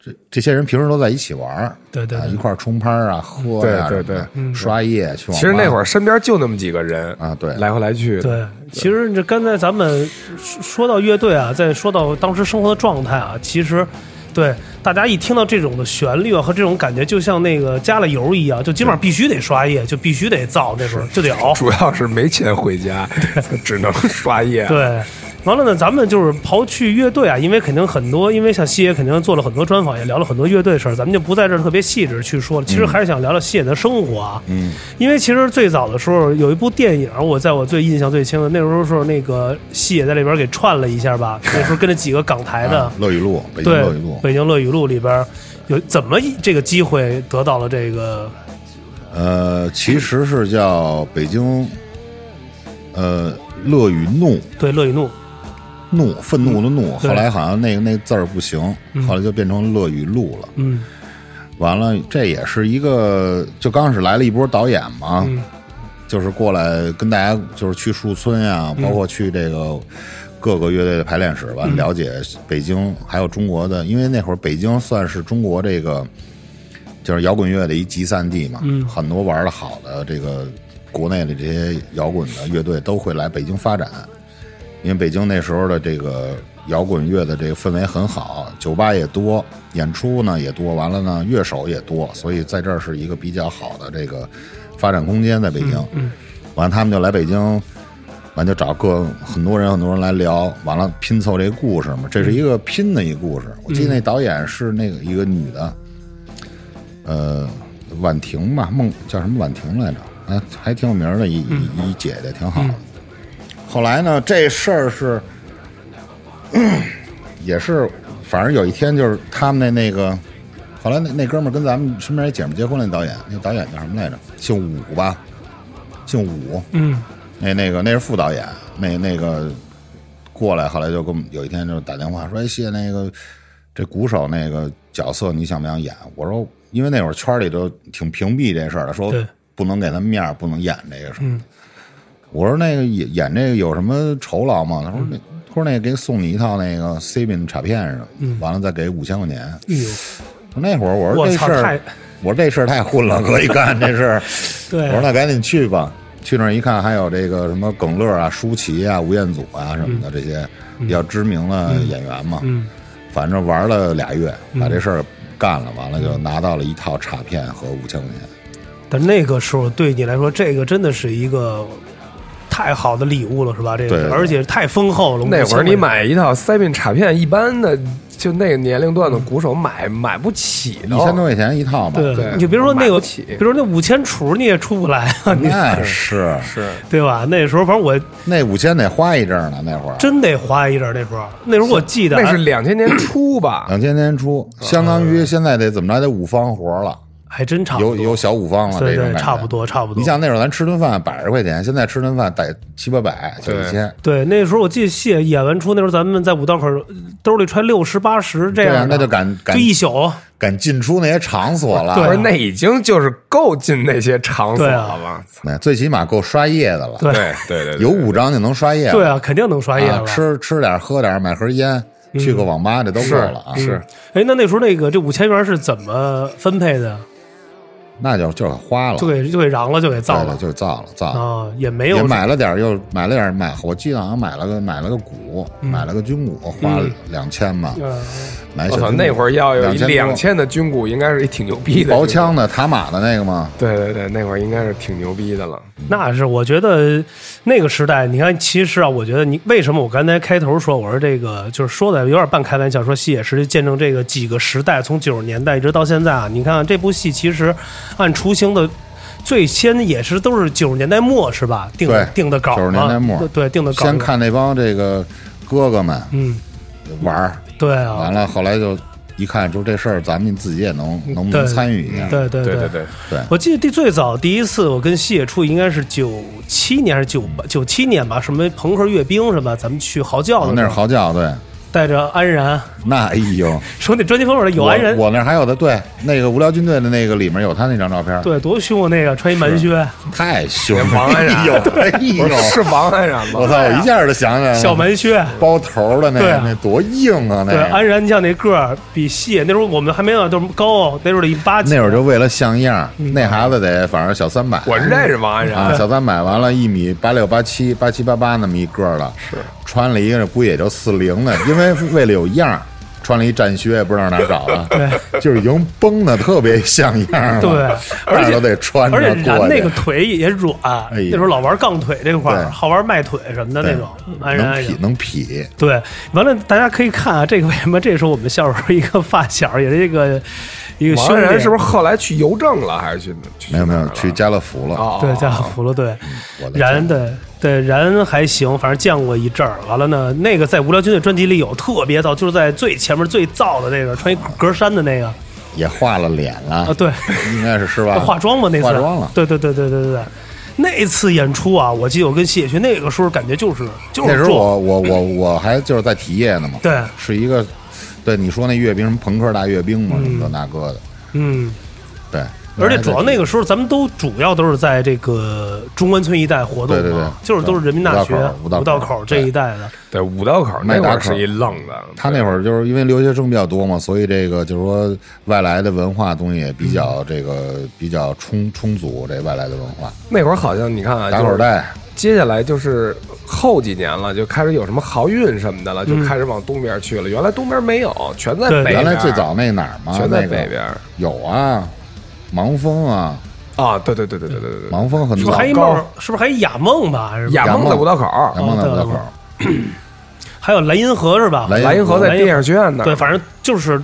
Speaker 2: 这这些人平时都在一起玩儿，
Speaker 3: 对对
Speaker 2: 啊，
Speaker 3: 对嗯
Speaker 2: 一块儿冲拍儿啊、喝呀、
Speaker 1: 对对
Speaker 2: 什么的
Speaker 1: 对
Speaker 2: 刷夜去网吧。
Speaker 1: 其实那会
Speaker 2: 儿
Speaker 1: 儿身边就那么几个人
Speaker 2: 啊对
Speaker 1: 来回来去的，
Speaker 3: 对，其实这刚才咱们说说到乐队啊，再说到当时生活的状态啊，其实对大家一听到这种的旋律啊和这种感觉，就像那个加了油一样，就基本上必须得刷夜，就必须得造，那时候就得熬。
Speaker 1: 主要是没钱回家， <laughs> 只能刷
Speaker 2: 啊
Speaker 1: 夜。
Speaker 3: 对，完了呢，咱们就是刨去乐队啊，因为肯定很多，因为像西野肯定做了很多专访，也聊了很多乐队事儿，咱们就不在这儿特别细致去说
Speaker 2: 嗯
Speaker 3: 了。其实还是想聊聊西野的生活啊，嗯，因为其实最早的时候有一部电影，我在我最印象最深的那时候是那个西野在里边给串了一
Speaker 2: <laughs>
Speaker 3: 下吧，那时候跟着几个港台的，
Speaker 2: 啊
Speaker 1: 嗯
Speaker 2: 乐语录，北京
Speaker 3: 对
Speaker 2: 乐语录，，
Speaker 3: 北京乐语录里边有怎么一这个机会得到了这个
Speaker 2: 呃，其实是叫北京，呃，乐与怒，
Speaker 3: 对乐语怒，
Speaker 2: 怒愤怒的怒。
Speaker 3: 对
Speaker 2: 后来好像那个那字儿不行，后来就变成乐与录了。
Speaker 3: 嗯
Speaker 2: 完了，这也是一个，就刚开始来了一波导演嘛，
Speaker 3: 嗯
Speaker 2: 就是过来跟大家就是去树村呀、包括去这个各个乐队的排练室吧，了解北京还有中国的，因为那会儿北京算是中国这个就是摇滚乐的一集散地嘛，很多玩的好的这个国内的这些摇滚的乐队都会来北京发展，因为北京那时候的这个摇滚乐的这个氛围很好，酒吧也多，演出呢也多，完了呢乐手也多，所以在这儿是一个比较好的这个发展空间，在北京。完了他们就来北京，完就找各很多人很多人来聊，完了拼凑这故事嘛，这是一个拼的一故事。我记得那导演是那个一个女的，呃，婉婷吧，孟叫什么婉婷来着？啊，还挺有名儿的一一一姐姐，挺好的。后来呢，这事儿是， <clears throat> 也是，反正有一天就是他们那那个，后来那那哥们儿跟咱们身边一姐们结婚那导演，那导演叫什么来着？姓武吧，姓武。
Speaker 3: 嗯
Speaker 2: 那那个那是副导演，那那个过来，后来就跟我们有一天就打电话说：“哎，谢那个这鼓手那个角色你想不想演？”我说：“因为那会儿圈里都挺屏蔽这事儿的，说
Speaker 3: 对嗯
Speaker 2: 不能给他们面儿，不能演这个什么的。我说：“那个演演这个有什么酬劳吗？”他说：“那他说那个给送你一套那个 C b i n 卡片什么，完了再给五千块钱。
Speaker 3: 哎呦，
Speaker 2: 那会儿我说
Speaker 3: 我
Speaker 2: 这
Speaker 3: 操
Speaker 2: 事
Speaker 3: 太
Speaker 2: 儿，我说这事儿太混了，可以干这事儿。
Speaker 3: 对
Speaker 2: 我说那赶紧去吧。去那儿一看，还有这个什么耿乐啊、舒淇啊、吴彦祖啊什么的这些比较知名的演员嘛。
Speaker 3: 嗯
Speaker 2: 反正玩了俩月，把这事儿干了，完了就拿到了一套卡片和五千块钱。
Speaker 3: 但那个时候对你来说，这个真的是一个太好的礼物了，是吧？这
Speaker 2: 对对
Speaker 3: 个
Speaker 2: 对
Speaker 3: 而且太丰厚了。
Speaker 1: <laughs> 那会儿你
Speaker 3: 5000块
Speaker 1: 买一套塞宾卡片，一般的就那个年龄段的鼓手买买不起的，
Speaker 2: 一千多块钱一套吧，
Speaker 3: 钱，
Speaker 1: 哦对
Speaker 3: 对，你就别说那
Speaker 1: 买
Speaker 3: 个，
Speaker 1: 不起
Speaker 3: 别说那五千厨你也出不来啊，你
Speaker 2: 那是
Speaker 1: 是
Speaker 3: 对吧？那时候反正我
Speaker 2: 那五千得花一阵儿呢，那会儿
Speaker 3: 真得花一阵儿，那时候那时候我记得
Speaker 1: 那是两千年初
Speaker 3: 啊
Speaker 1: 吧？
Speaker 2: 两千年初，相当于现在得怎么着得五方活了，
Speaker 3: 还真呃差不
Speaker 2: 有
Speaker 3: 多，
Speaker 2: 有小五方了，
Speaker 3: 对
Speaker 2: 这种
Speaker 3: 对，
Speaker 2: 感觉
Speaker 3: 差不。多差不多。
Speaker 2: 你想那会儿咱吃顿饭百十块钱，现在吃顿饭得七八百、九一千，
Speaker 3: 对，那时候我记得戏演完出，那时候咱们在五道口兜里揣六十八十这
Speaker 2: 对
Speaker 3: 样
Speaker 2: 啊
Speaker 3: 的，
Speaker 2: 那就赶赶
Speaker 3: 就一宿，
Speaker 2: 敢进出那些场所了，
Speaker 1: <clears throat> 不
Speaker 3: 对
Speaker 1: 是那已经就是够进那些场所了吧？
Speaker 2: 哎最起码够刷夜的了，
Speaker 3: 对
Speaker 1: 对对对，
Speaker 2: 有五张就能刷夜了，
Speaker 3: 对啊，肯定能刷夜
Speaker 2: 啊
Speaker 3: 了。
Speaker 2: 吃吃点喝点，买盒烟，去个网吧这都够了啊，
Speaker 1: 是
Speaker 3: 哎，那那时候那个这五千元是怎么分配的？
Speaker 2: 那就就给花了，
Speaker 3: 就给就给瓤了，就给造
Speaker 2: 对
Speaker 3: 了
Speaker 2: 了，就是造了造了。
Speaker 3: 啊，也没
Speaker 2: 也
Speaker 3: 有
Speaker 2: 买了点儿，又买了点儿买，我记得好像买了个买了个股，
Speaker 3: 嗯
Speaker 2: 买了个军股，花了两千嘛，
Speaker 3: 呃
Speaker 2: 买
Speaker 1: 我
Speaker 2: 小
Speaker 1: 操，
Speaker 2: 军
Speaker 1: 那
Speaker 2: 股
Speaker 1: 会儿要有一两
Speaker 2: 两
Speaker 1: 千的军鼓，应该是一挺牛逼的
Speaker 2: 多薄枪的塔马的那个嘛，
Speaker 1: 对对对，那会儿应该是挺牛逼的了。
Speaker 3: 那是我觉得那个时代，你看，其实啊，我觉得你为什么我刚才开头说，我说这个就是说的有点半开玩笑，说戏也是见证这个几个时代，从九十年代一直到现在啊，你看、这部戏其实按雏形的。最先也是都是九十年代末是吧？定的
Speaker 2: 对
Speaker 3: 定的稿嘛，
Speaker 2: 90年代末
Speaker 3: 对定的稿嘛。
Speaker 2: 先看那帮这个哥哥们
Speaker 3: 嗯，
Speaker 2: 玩儿，
Speaker 3: 对啊，
Speaker 2: 完了后来就一看，就这事儿咱们自己也能能不能
Speaker 3: 对
Speaker 2: 参与一下？
Speaker 3: 对对
Speaker 1: 对
Speaker 3: 对
Speaker 1: 对，
Speaker 2: 对，
Speaker 3: 我记得第最早第一次我跟西野处应该是九七年还是九八九七年吧，什么朋克阅兵什么，咱们去嚎叫
Speaker 2: 我
Speaker 3: 的
Speaker 2: 哦那
Speaker 3: 时
Speaker 2: 是
Speaker 3: 候，
Speaker 2: 嚎叫，对，
Speaker 3: 带着安然，
Speaker 2: 那哎呦，
Speaker 3: 说那专辑封面的有
Speaker 2: 我
Speaker 3: 安然，
Speaker 2: 我那儿还有的，对，那个无聊军队的那个里面有他那张照片，
Speaker 3: 对，多凶啊那个穿一蛮靴，
Speaker 2: 太凶了，
Speaker 1: 王安然
Speaker 2: 哎呦，哎
Speaker 1: 不是是
Speaker 2: 呦，
Speaker 1: 王安然
Speaker 2: 我 <laughs>
Speaker 1: 吗？
Speaker 2: 操，我一下就想起来了，
Speaker 3: 小蛮靴。
Speaker 2: 包头的那
Speaker 3: 对啊
Speaker 2: 那多硬啊，那
Speaker 3: 对，安然像那个儿比西野那时候我们还没有那么高，那时候得一八几，
Speaker 2: 那会儿就为了像样，那孩子得反正小三百，
Speaker 1: 我认识王安然，
Speaker 3: <laughs>
Speaker 2: 啊，小三百完了，一米八六、八七、八七八八那么一个儿了，是穿了一个估计也就四零的，因为为了有样儿，穿了一战靴，不知道哪儿找
Speaker 3: <laughs>
Speaker 2: 的，就是已经绷的特别像样儿了，
Speaker 3: 对
Speaker 2: 但
Speaker 3: 而且
Speaker 2: 是都得穿着
Speaker 3: 而且然
Speaker 2: 过
Speaker 3: 那
Speaker 2: 去
Speaker 3: 个。腿也软，
Speaker 2: 哎呦
Speaker 3: 那时候老玩杠腿这块儿，
Speaker 2: 对
Speaker 3: 好玩迈腿什么的那种。安然
Speaker 2: 能
Speaker 3: 安然
Speaker 2: 劈。能劈，
Speaker 3: 对，完了，大家可以看啊，这个为什么这时候我们笑时候一个发小，也是一个一个
Speaker 1: 王
Speaker 3: 兄
Speaker 1: 安然
Speaker 3: 弟，
Speaker 1: 是不是后来去邮政了，还是去
Speaker 2: 没有没有，去
Speaker 1: 家
Speaker 2: 家乐福了。
Speaker 1: 哦，
Speaker 3: 对，家伙服了，对，
Speaker 2: 我的
Speaker 3: 然对对然还行，反正见过一阵儿。完了呢，那个在无聊军队专辑里有特别燥，就是在最前面最燥的那个穿一格衫的那个
Speaker 2: 也画了脸了
Speaker 3: 啊，，对，
Speaker 2: 应该是是吧？
Speaker 3: 化妆嘛那次，
Speaker 2: 啊化妆了。
Speaker 3: 对对对对对对对。那次演出啊，我记得我跟谢雪群那个时候感觉就是就是
Speaker 2: 那时候
Speaker 3: 壮
Speaker 2: 我我我我还就是在体业呢嘛，
Speaker 3: 对
Speaker 2: 是一个，对你说那阅兵什么朋克大阅兵嘛，什么这那个的，
Speaker 3: 嗯，
Speaker 2: 对。
Speaker 3: 而且主要那
Speaker 2: 个
Speaker 3: 个时候，咱们都主要都是在这个中关村一带活动
Speaker 2: 对
Speaker 3: 嘛，
Speaker 2: 对对
Speaker 3: 就是都是人民大学
Speaker 2: 对五道口
Speaker 3: 五道口这一带的，
Speaker 1: 对五道口
Speaker 2: 麦
Speaker 1: 那
Speaker 2: 达
Speaker 1: 会儿
Speaker 2: 口
Speaker 1: 是一愣的，
Speaker 2: 他那会儿就是因为留学生比较多嘛，所以这个就是说外来的文化东西也比较这个比较充充足，这外来的文化
Speaker 1: 那会儿好像你看啊，
Speaker 2: 打
Speaker 1: 就是
Speaker 2: 口袋，
Speaker 1: 接下来就是后几年了，就开始有什么航运什么的了，就开始往东边去了。原来东边没有，全在
Speaker 3: 对
Speaker 1: 北边。
Speaker 2: 嗯原来最早那哪儿嘛，
Speaker 1: 全在
Speaker 2: 那个
Speaker 1: 北边
Speaker 2: 有啊，盲峰啊，
Speaker 1: 啊，对对对对对对对对，
Speaker 2: 盲峰很
Speaker 3: 是不
Speaker 2: 早
Speaker 3: 是，还一
Speaker 1: 高
Speaker 3: 梦？是不是还一雅梦吧？还是
Speaker 1: 亚梦在五道口，
Speaker 2: 阳光在五道口
Speaker 3: 哦，还有莱茵河是吧？
Speaker 2: 莱
Speaker 1: 莱茵河在电影学院那儿，嗯
Speaker 3: 对，反正就是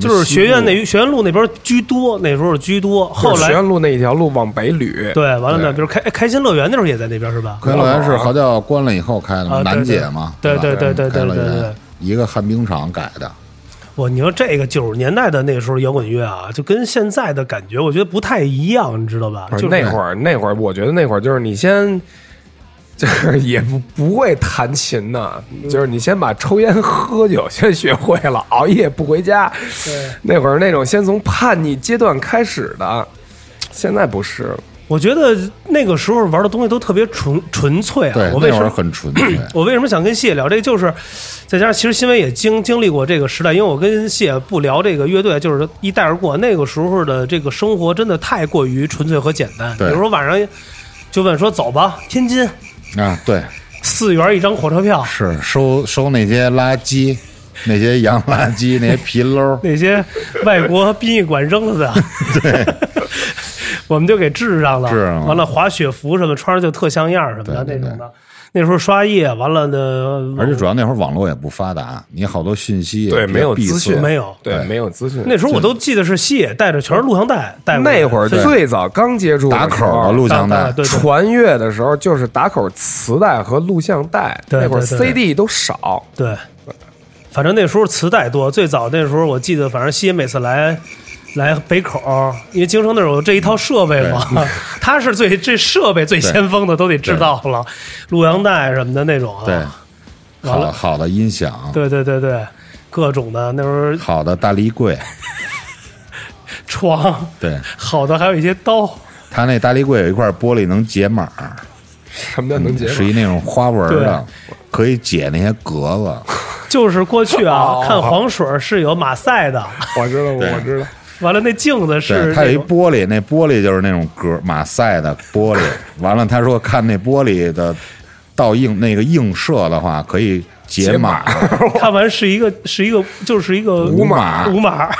Speaker 3: 就是学院那学院路那边居多，那时候居多。
Speaker 1: 就是
Speaker 3: 后来
Speaker 1: 学院路那一条路往北捋。
Speaker 3: 对，完了
Speaker 1: 对
Speaker 3: 呢，比如开哎开心乐园那时候也在那边是吧？
Speaker 2: 科学乐园是嚎叫关了以后开的嘛，
Speaker 3: 啊啊对
Speaker 2: 楠姐嘛，
Speaker 3: 对
Speaker 2: 吧
Speaker 3: 对对对
Speaker 2: 开
Speaker 3: 对
Speaker 2: 乐
Speaker 3: 对对对
Speaker 2: 园，一个旱冰场改的，
Speaker 3: 我你说这个九十年代的那时候摇滚乐啊，就跟现在的感觉，我觉得不太一样，你知道吧？
Speaker 1: 不是
Speaker 3: 就是
Speaker 1: 那会儿，那会儿我觉得那会儿就是你先，就是也不不会弹琴呢，
Speaker 3: 嗯
Speaker 1: 就是你先把抽烟喝酒先学会了，熬夜不回家。那会儿那种先从叛逆阶段开始的，现在不是了。
Speaker 3: 我觉得那个时候玩的东西都特别纯纯粹啊。
Speaker 2: 对，
Speaker 3: 我为
Speaker 2: 那会
Speaker 3: 什
Speaker 2: 儿
Speaker 3: 么
Speaker 2: 很纯粹，
Speaker 3: <coughs> 我为什么想跟谢聊这个？就是再加上其实新闻也经经历过这个时代，因为我跟谢不聊这个乐队，就是一带而过。那个时候的这个生活真的太过于纯粹和简单。比
Speaker 2: 对
Speaker 3: 如说晚上就问说走吧，天津
Speaker 2: 啊，对，
Speaker 3: 四元一张火车票，，
Speaker 2: 是收收那些垃圾，那些洋垃圾，那些皮褛
Speaker 3: <laughs> 那些外国殡仪馆扔了的，
Speaker 2: 对，
Speaker 3: <laughs> 我们就给治上了。
Speaker 2: 治上了
Speaker 3: 完了滑雪服什么穿上就特像样什么的
Speaker 2: 对
Speaker 3: 那
Speaker 2: 对
Speaker 3: 种的。那时候刷夜，完了呢，
Speaker 2: 而且主要那会儿网络也不发达，你好多信息也
Speaker 1: 对
Speaker 2: 比较
Speaker 1: 没有
Speaker 2: 闭
Speaker 1: 资
Speaker 2: 塞
Speaker 1: 讯
Speaker 3: 没有
Speaker 1: 对
Speaker 2: 对
Speaker 1: 没有资讯。
Speaker 3: 那时候我都记得是谢带着全是录像带，带过来
Speaker 1: 那会儿
Speaker 3: 对
Speaker 1: 最早刚接触的
Speaker 2: 打口
Speaker 1: 时
Speaker 2: 的
Speaker 1: 候
Speaker 2: 录像
Speaker 3: 当
Speaker 2: 带
Speaker 3: 当，对对
Speaker 1: 传阅的时候，就是打口磁带和录像带。
Speaker 3: 对
Speaker 1: 那会儿
Speaker 3: 对对对
Speaker 1: CD 都少，
Speaker 3: 对，反正那时候磁带多。最早那时候我记得，反正西爷每次来来北口，因为京城那儿有这一套设备 <laughs> 嘛，他是最这设备最先锋的，都得制造了录像带什么的那种啊。
Speaker 2: 对，
Speaker 3: 完了
Speaker 2: 好好的音响，
Speaker 3: 对对对对，各种的那时候
Speaker 2: 好的大立柜，
Speaker 3: 床，
Speaker 2: 对
Speaker 3: 好的还有一些刀，
Speaker 2: 他那大立柜有一块玻璃能解码，
Speaker 1: 什么叫能解
Speaker 2: 是一那种花纹的，可以解那些格子。
Speaker 3: 就是过去啊
Speaker 1: 哦
Speaker 3: 看黄水儿是有马赛的，
Speaker 1: 我知道，我知道。
Speaker 3: 完了那镜子是
Speaker 2: 对，它有
Speaker 3: 那
Speaker 2: 一
Speaker 3: 种
Speaker 2: 玻璃，那玻璃就是那种格马赛的玻璃。完了，他说看那玻璃的倒映那个映射的话，可以解码。
Speaker 3: 看完是一个是一个就是一个
Speaker 2: 无码
Speaker 3: 无码，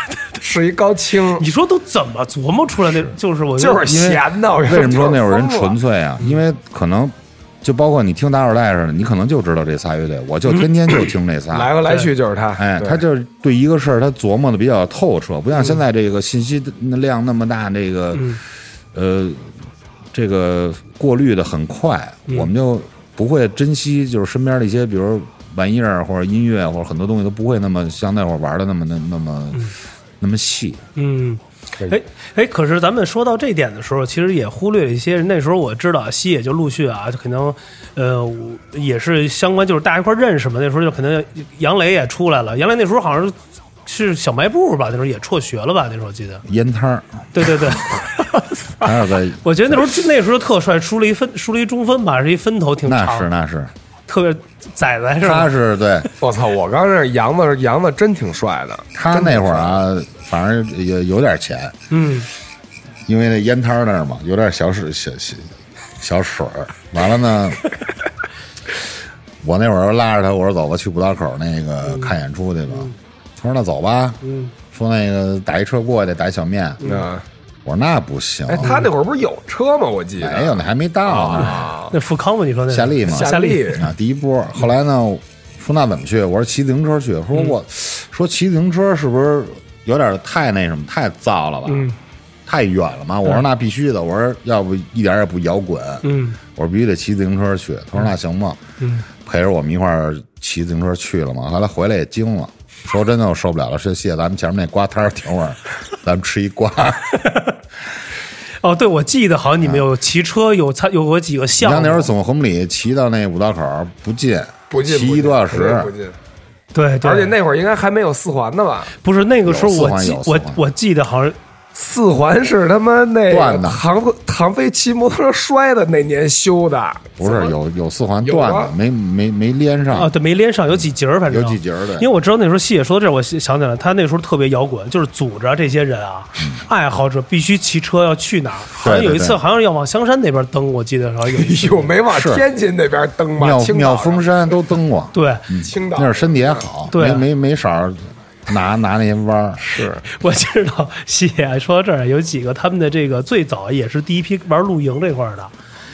Speaker 1: 是一高清，
Speaker 3: <laughs> 你说都怎么琢磨出来的？就是我觉
Speaker 1: 就
Speaker 3: 得
Speaker 1: 是闲的。我
Speaker 2: 为
Speaker 1: 跟你
Speaker 2: 什么说那会儿人
Speaker 1: 就是疯
Speaker 2: 纯
Speaker 1: 了
Speaker 2: 粹啊？因为可能就包括你听打手带似的，你可能就知道这仨乐队，我就天天就听这仨。
Speaker 1: 来回来去就是他？
Speaker 2: 哎，
Speaker 1: 对
Speaker 2: 他就是对一个事儿他琢磨的比较透彻，不像现在这个信息量那么大，这个、呃，这个过滤的很快，我们就不会珍惜就是身边的一些，比如玩意儿或者音乐或者很多东西都不会那么像那会儿玩的那么那那么、那么细。
Speaker 3: 嗯
Speaker 1: 对，
Speaker 3: 哎哎，可是咱们说到这点的时候，其实也忽略了一些。那时候我知道啊西野就陆续啊，就可能呃我也是相关，就是大家一块儿认识嘛。那时候就可能杨磊也出来了，杨磊那时候好像是是小卖部吧，那时候也辍学了吧？那时候我记得，
Speaker 2: 烟摊儿
Speaker 3: 对对 <laughs> 对。
Speaker 2: 还有个，
Speaker 3: 我觉得那时候那时候特帅，梳了一分，梳了一中分吧，是一分头挺
Speaker 2: 那是
Speaker 3: 长，
Speaker 2: 那是，
Speaker 3: 特别崽子是
Speaker 2: 他
Speaker 3: 吧？
Speaker 2: 是对
Speaker 1: 我操！我刚认识杨子，杨子真挺帅的。
Speaker 2: 他那会儿啊，反正也有点钱，
Speaker 3: 嗯，
Speaker 2: 因为那烟摊儿那儿嘛，有点小水小小小水儿。完
Speaker 1: <laughs>
Speaker 2: 了呢，我那会儿拉着他，我说走吧，去五道口那个看演出去吧。
Speaker 1: 嗯
Speaker 2: 他说那走吧，说那个打一车过去，打一小面。
Speaker 1: 嗯，
Speaker 2: 我说那不行，
Speaker 1: 哎，他哦那会儿不是有车吗？我记得
Speaker 2: 没有，那还没
Speaker 1: 哎
Speaker 2: 到呢，
Speaker 3: 那富康吧，你说那是
Speaker 2: 夏利嘛，
Speaker 1: 夏利
Speaker 2: 啊，第一波。后来呢，说那怎么去？我说骑自行车去。说
Speaker 3: 嗯
Speaker 2: 我，说骑自行车是不是有点太那什么，太燥了吧？
Speaker 3: 嗯
Speaker 2: 太远了嘛？我说那必须的，我说要不一点儿也不摇滚，
Speaker 3: 嗯
Speaker 2: 我说必须得骑自行车去。他说那行吧，
Speaker 3: 嗯
Speaker 2: 陪着我们一块儿骑自行车去了嘛。后来回来也惊了，说真的我受不了了，说谢谢咱们前面那瓜摊儿，等会儿咱们吃一瓜。
Speaker 3: <laughs> 哦，对，我记得好像你们有骑车，有参有过几个
Speaker 2: 你
Speaker 3: 项
Speaker 2: 像那会嗯儿
Speaker 3: 目，
Speaker 2: 从红里骑到那五道口儿不近，
Speaker 1: 不近
Speaker 2: 骑一多小时。
Speaker 1: 不近。
Speaker 3: 对对，
Speaker 1: 而且那会儿应该还没有四环呢吧？
Speaker 3: 不是那个时候
Speaker 2: 有四
Speaker 3: 我
Speaker 2: 环
Speaker 3: 记
Speaker 2: 有四
Speaker 3: 我
Speaker 2: 环
Speaker 3: 我记得好像
Speaker 1: 四环是他妈那
Speaker 2: 断的
Speaker 1: 唐唐飞骑摩托车摔的那年修的，
Speaker 2: 不是有有四环
Speaker 1: 有
Speaker 2: 断
Speaker 1: 啊
Speaker 2: 了，没没没连上
Speaker 3: 啊，对，没连上，有几节儿，反
Speaker 2: 嗯
Speaker 3: 正
Speaker 2: 有几节儿的
Speaker 3: 因为我知道那时候西野说到这儿，我想起来，他那时候特别摇滚，就是组织这些人啊，爱好者必须骑车要去哪儿。好像
Speaker 2: 嗯对对
Speaker 3: 有一次，
Speaker 2: 对
Speaker 3: 好像要往香山那边登，我记得好像有
Speaker 2: <laughs>
Speaker 3: 一次。
Speaker 1: 有没往
Speaker 2: 是
Speaker 1: 天津那边蹬吧？
Speaker 2: 妙
Speaker 1: 青岛
Speaker 2: 妙峰山都登过，
Speaker 3: 对，
Speaker 1: 青岛
Speaker 2: 那会儿身体也好，
Speaker 3: 对
Speaker 2: 没
Speaker 3: 啊
Speaker 2: 没没少拿拿那些弯儿。是
Speaker 3: <laughs> 我知道西野说到这儿，有几个他们的这个最早也是第一批玩露营这块儿的。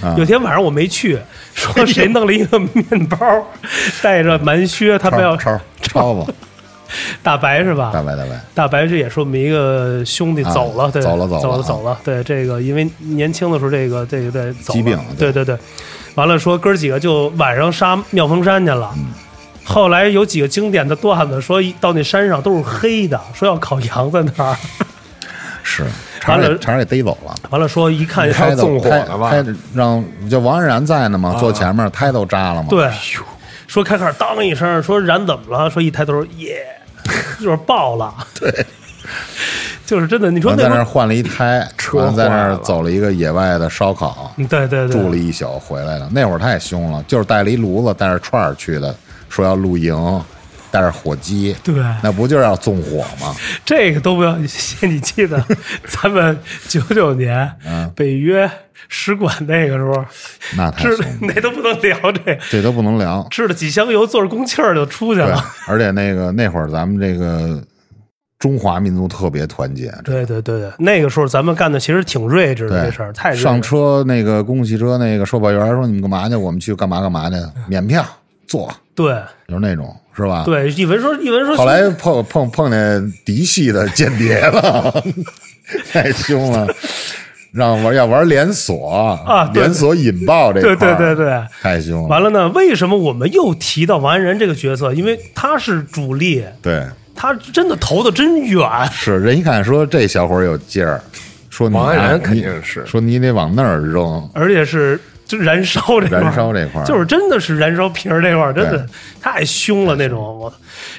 Speaker 2: 啊
Speaker 3: 有天晚上我
Speaker 2: <laughs>
Speaker 3: 没去，说谁弄了一个面包，带着蛮靴，他
Speaker 2: 超
Speaker 3: 们要
Speaker 2: 超超吧，
Speaker 3: 大白是吧？
Speaker 2: 大白大白，
Speaker 3: 大白这也是我们一个兄弟
Speaker 2: 啊
Speaker 3: 走了，对，
Speaker 2: 走了
Speaker 3: 走
Speaker 2: 走了
Speaker 3: 了，对，这个因为年轻的时候，这个这个对走了
Speaker 2: 疾病
Speaker 3: 对对对。完了，说哥几个就晚上杀妙峰山去了。
Speaker 2: 嗯
Speaker 3: 后来有几个经典的段子，说一到那山上都是黑的，说要烤羊在那儿。
Speaker 1: <laughs>
Speaker 2: 是肠
Speaker 3: 完
Speaker 2: 给
Speaker 3: 了
Speaker 2: 肠给逮走了。
Speaker 3: 完了，说一看，
Speaker 1: 还
Speaker 2: 开
Speaker 1: 有
Speaker 2: 走
Speaker 1: 纵火
Speaker 2: 开
Speaker 1: 的吧啊
Speaker 2: 开让就王安然在呢嘛，坐前面，胎都扎了嘛。，
Speaker 3: 对，说开始当一声，说燃怎么了？说一抬头，耶， <laughs> 就是爆了。对，就是真的。你说
Speaker 2: 完
Speaker 3: 那
Speaker 2: 在
Speaker 3: 会
Speaker 2: 那儿
Speaker 3: 儿，
Speaker 2: 换了一
Speaker 1: <laughs>
Speaker 2: 胎，
Speaker 1: 车
Speaker 2: 完在那
Speaker 1: 坏
Speaker 2: 儿
Speaker 1: 了
Speaker 2: 走了一个野外的烧烤，
Speaker 3: 对对对，
Speaker 2: 住了一宿回来了。那会儿太凶了，就是带了一炉子，带着串儿去的，说要露营，带着火机，
Speaker 3: 对
Speaker 2: <laughs> 那不就是要纵火
Speaker 3: <laughs>
Speaker 2: 吗？
Speaker 3: 这个都不要，谢你记
Speaker 2: <laughs>
Speaker 3: 得，咱们九九年北约使馆那个时候，
Speaker 2: 那嗯太
Speaker 3: 知
Speaker 2: 凶了，
Speaker 3: 那都不能聊这，
Speaker 2: 这都不能聊。
Speaker 3: 支了几箱油，坐着公气儿就出去
Speaker 2: 对
Speaker 3: 了。，
Speaker 2: 而且那个那会儿咱们这个中华民族特别团结，
Speaker 3: 对对对对，那个时候咱们干的其实挺睿智的，
Speaker 2: 对
Speaker 3: 这事儿太睿智了
Speaker 2: 上车那个公共汽车那个售票员说你们干嘛去？我们去干嘛干
Speaker 3: <laughs>
Speaker 2: 嘛去？免票坐，
Speaker 3: 对
Speaker 2: 就是那种是吧？。
Speaker 3: 对，一文说一文说，
Speaker 2: 后来碰碰碰见嫡系的间谍
Speaker 3: <laughs>
Speaker 2: 了，太凶了，让玩要玩连锁
Speaker 3: 啊对
Speaker 2: 连锁引爆这
Speaker 3: 对
Speaker 2: 块
Speaker 3: 对
Speaker 2: 儿嗯
Speaker 3: 对对，
Speaker 2: 太凶了。
Speaker 3: 完了呢，为什么我们又提到王安仁这个角色？因为他是主力，
Speaker 2: 对，
Speaker 3: 他真的投的真远，
Speaker 2: 是人一看说这小伙儿有劲儿，说你
Speaker 1: 王安然
Speaker 2: 啊
Speaker 1: 肯
Speaker 2: 你
Speaker 1: 定是
Speaker 2: 说你得往那儿扔，
Speaker 3: 而且是就燃烧这块儿
Speaker 2: 燃烧这块儿
Speaker 3: 就是真的是燃烧瓶儿这块儿，真的
Speaker 2: 对
Speaker 3: 太凶了那种。我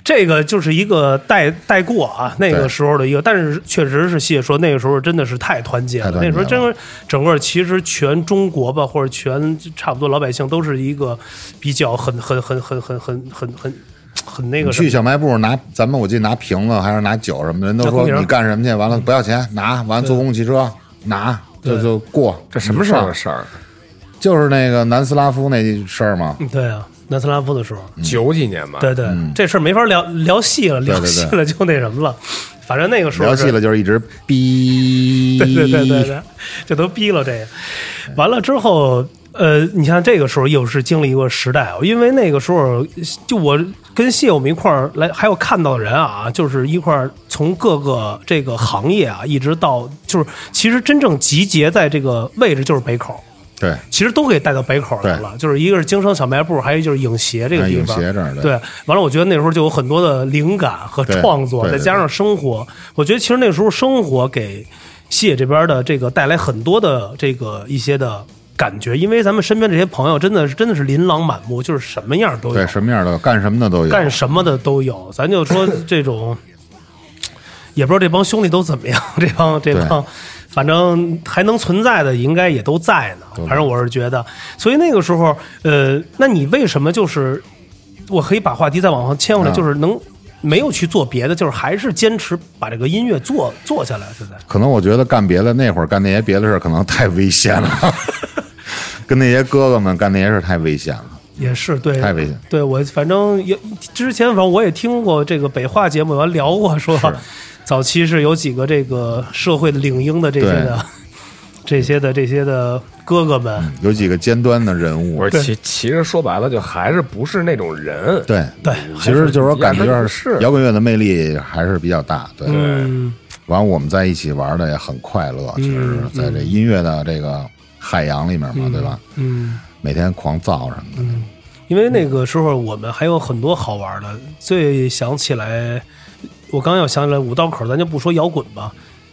Speaker 3: 这个就是一个带带过啊，那个
Speaker 2: 对
Speaker 3: 时候的一个，但是确实是谢说那个时候真的是太团结了，
Speaker 2: 太团结
Speaker 3: 那时候
Speaker 2: 了
Speaker 3: 真的整个其实全中国吧，或者全差不多老百姓都是一个比较很很很很很很很很很那
Speaker 2: 你
Speaker 3: 个什
Speaker 2: 去
Speaker 3: 么。
Speaker 2: 小卖部拿，咱们我记得拿瓶子还是拿酒什么的，人都
Speaker 3: 拿
Speaker 2: 说
Speaker 3: 空瓶
Speaker 2: 你干什么去？完了不要钱，拿完坐公共汽车拿，就就过。
Speaker 1: 这什么时候的事儿？啊
Speaker 2: 就是那个南斯拉夫那事儿
Speaker 1: 嗯
Speaker 2: 嘛，
Speaker 3: 对啊，南斯拉夫的时候，
Speaker 2: 啊
Speaker 1: 九几年吧，
Speaker 3: 对对，这事儿没法聊聊细了，聊
Speaker 2: 嗯对对
Speaker 3: 细了就那什么了。反正那个时候
Speaker 2: 聊
Speaker 3: 是
Speaker 2: 细了就是一直
Speaker 1: <laughs>
Speaker 2: 逼，
Speaker 3: <laughs> 对对对对对，这都逼了这个。完了之后，呃，你看这个时候又是经历一个时代啊，因为那个时候就我跟谢我们一块儿来，还有看到的人啊，就是一块儿从各个这个行业啊，一直到就是其实真正集结在这个位置就是北口。
Speaker 1: 哎
Speaker 2: 对
Speaker 3: 其实都给带到北口来了，就是一个是京城小卖部，还有就是影协这个地方。
Speaker 2: 哎影协这儿对
Speaker 3: 对，完了，我觉得那时候就有很多的灵感和创作，
Speaker 2: 对对
Speaker 3: 再
Speaker 2: 对
Speaker 3: 加上生活，我觉得其实那时候生活给西野这边的这个带来很多的这个一些的感觉，因为咱们身边这些朋友真的是真的是琳琅满目，就是什么样都有。
Speaker 2: 对，什么样的干什么的都有，
Speaker 3: 干什么的都有。咱
Speaker 2: <laughs>
Speaker 3: 就说这种，也不知道这帮兄弟都怎么样， <laughs> 这帮这帮，反正还能存在的，应该也都在呢。反正我是觉得，所以那个时候，呃，那你为什么就是，我可以把话题再往上牵回来，
Speaker 2: 嗯
Speaker 3: 就是能。没有去做别的，就是还是坚持把这个音乐做做下来。现在
Speaker 2: 可能我觉得干别的那会儿干那些别的事儿可能太危险了，
Speaker 1: <laughs>
Speaker 2: 跟那些哥哥们干那些事儿太危险了。
Speaker 3: 也是对，
Speaker 2: 太危险
Speaker 3: 对我反正也之前反正我也听过这个北话节目，完聊过说
Speaker 2: 是，
Speaker 3: 早期是有几个这个社会的领英的这些的， <laughs> 这些的这些的哥哥们，
Speaker 2: 有几个尖端的人物
Speaker 1: 我，说其其实说白了，就还是不是那种人。
Speaker 2: 对，
Speaker 3: 对，
Speaker 2: 其实就是说感觉
Speaker 1: 压根
Speaker 2: 上
Speaker 1: 不是
Speaker 2: 摇滚乐的魅力还是比较大。对，
Speaker 3: 嗯，
Speaker 2: 完了我们在一起玩的也很快乐，其实在这音乐的这个海洋里面嘛，对吧？
Speaker 3: 嗯，
Speaker 2: 每天狂造什么的，
Speaker 3: 因为那个时候我们还有很多好玩的，最想起来，我刚要想起来五道口，咱就不说摇滚吧。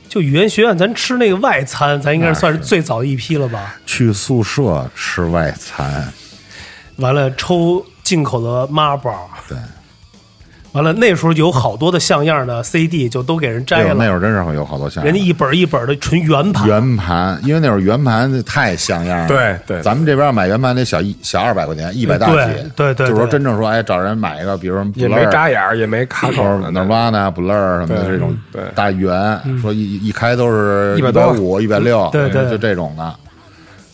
Speaker 3: 就语言学院，咱吃那个外餐，咱应该是算是最早一批了吧？
Speaker 2: 去宿舍吃外餐，
Speaker 3: 完了，抽进口的妈宝，
Speaker 2: 对，
Speaker 3: 完了，那时候有好多的像样的 CD 就都给人摘
Speaker 2: 那会儿
Speaker 3: 了，
Speaker 2: 哎那会儿真是会有好多像
Speaker 3: 人家一本一本的纯圆盘，
Speaker 2: 圆盘，因为那会儿圆盘那太像样了。
Speaker 1: 对对
Speaker 2: 咱们这边买圆盘得小一小二百块钱，一百大几。
Speaker 3: 对对对
Speaker 2: 就是说
Speaker 3: 对
Speaker 2: 真正说，哎，找人买一个，比如什么
Speaker 1: 也没
Speaker 2: Blur
Speaker 1: 扎眼儿，也没卡口
Speaker 2: 或
Speaker 1: 儿
Speaker 2: 者
Speaker 1: 呢。
Speaker 2: Nirvana、Blur 什么的
Speaker 1: 对
Speaker 2: 这种
Speaker 1: 对
Speaker 2: 大圆，说一一开都是
Speaker 1: 100多
Speaker 2: 百五、一百六，
Speaker 3: 嗯
Speaker 2: 哎
Speaker 3: 对对
Speaker 2: 就这种的。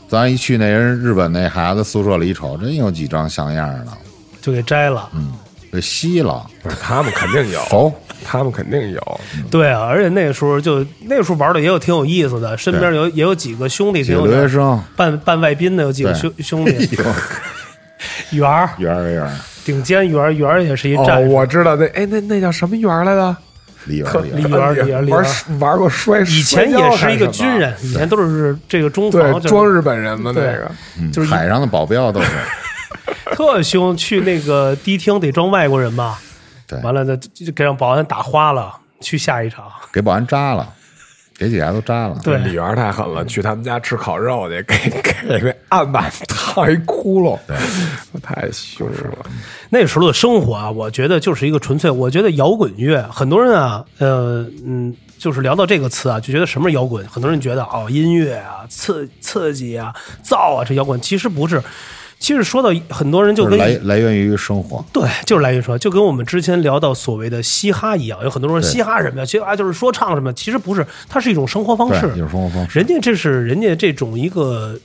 Speaker 2: 咱一去那人日本那孩子宿舍里一瞅，真有几张像样的，
Speaker 3: 就给摘了。
Speaker 2: 嗯给吸了，
Speaker 1: 不是他们肯定有，
Speaker 2: 否？
Speaker 1: 他们肯定有。
Speaker 3: 对啊，而且那个时候就那时候玩的也有挺有意思的，身边有也有几个兄弟
Speaker 2: 几
Speaker 3: 挺
Speaker 2: 个
Speaker 3: 有
Speaker 2: 留学
Speaker 3: 意思的， <laughs>
Speaker 2: 生，
Speaker 3: 办办外宾的有几个
Speaker 2: 对
Speaker 3: 兄兄
Speaker 2: 哎
Speaker 3: 弟， <laughs>
Speaker 2: 呦，
Speaker 3: 圆儿
Speaker 2: 圆儿圆儿，
Speaker 3: 顶尖圆儿圆儿也是一
Speaker 1: 哦
Speaker 3: 战，士，
Speaker 1: 我知道那哎那那叫什么园儿来着？
Speaker 2: 里圆儿里圆
Speaker 3: 里
Speaker 2: 儿，
Speaker 3: 圆儿里圆儿里圆
Speaker 1: 玩
Speaker 3: 儿。
Speaker 1: 玩过摔，
Speaker 3: 以
Speaker 1: 摔
Speaker 3: 前
Speaker 1: 跤
Speaker 3: 也是一个
Speaker 1: 干什么
Speaker 3: 军，人，以前都是这个中
Speaker 1: 对
Speaker 3: 防，就是
Speaker 1: 装日本人嘛那
Speaker 3: 对
Speaker 1: 个。
Speaker 2: 嗯
Speaker 3: 就是一
Speaker 2: 海上的保镖
Speaker 3: <laughs>
Speaker 2: 都是，
Speaker 3: 特凶，去那个迪厅得装外国人吧？
Speaker 2: 对，
Speaker 3: 完了呢，就就给让保安打花了，去下一场。
Speaker 2: 给保安扎了，给几个孩子都扎了，
Speaker 3: 对
Speaker 1: 李元太狠了，去他们家吃烤肉去，给给那案 <laughs> 板烫一窟窿，太凶了。
Speaker 3: 那时候的生活啊，我觉得就是一个纯粹。我觉得摇滚乐，很多人啊，呃，嗯，就是聊到这个词啊，就觉得什么是摇滚？很多人觉得哦，音乐啊，刺刺激啊，造啊，这摇滚其实不是。其实说到很多人就
Speaker 2: 就是
Speaker 3: 跟
Speaker 2: 来来源于生活，
Speaker 3: 对，就是来源于说，就跟我们之前聊到所谓的嘻哈一样，有很多人说
Speaker 2: 对
Speaker 3: 嘻哈什么呀，嘻哈就是说唱什么，其实不是，它是一种生活方
Speaker 2: 对
Speaker 3: 式，，
Speaker 2: 一种生活方式。
Speaker 3: 人家这是人家这种一个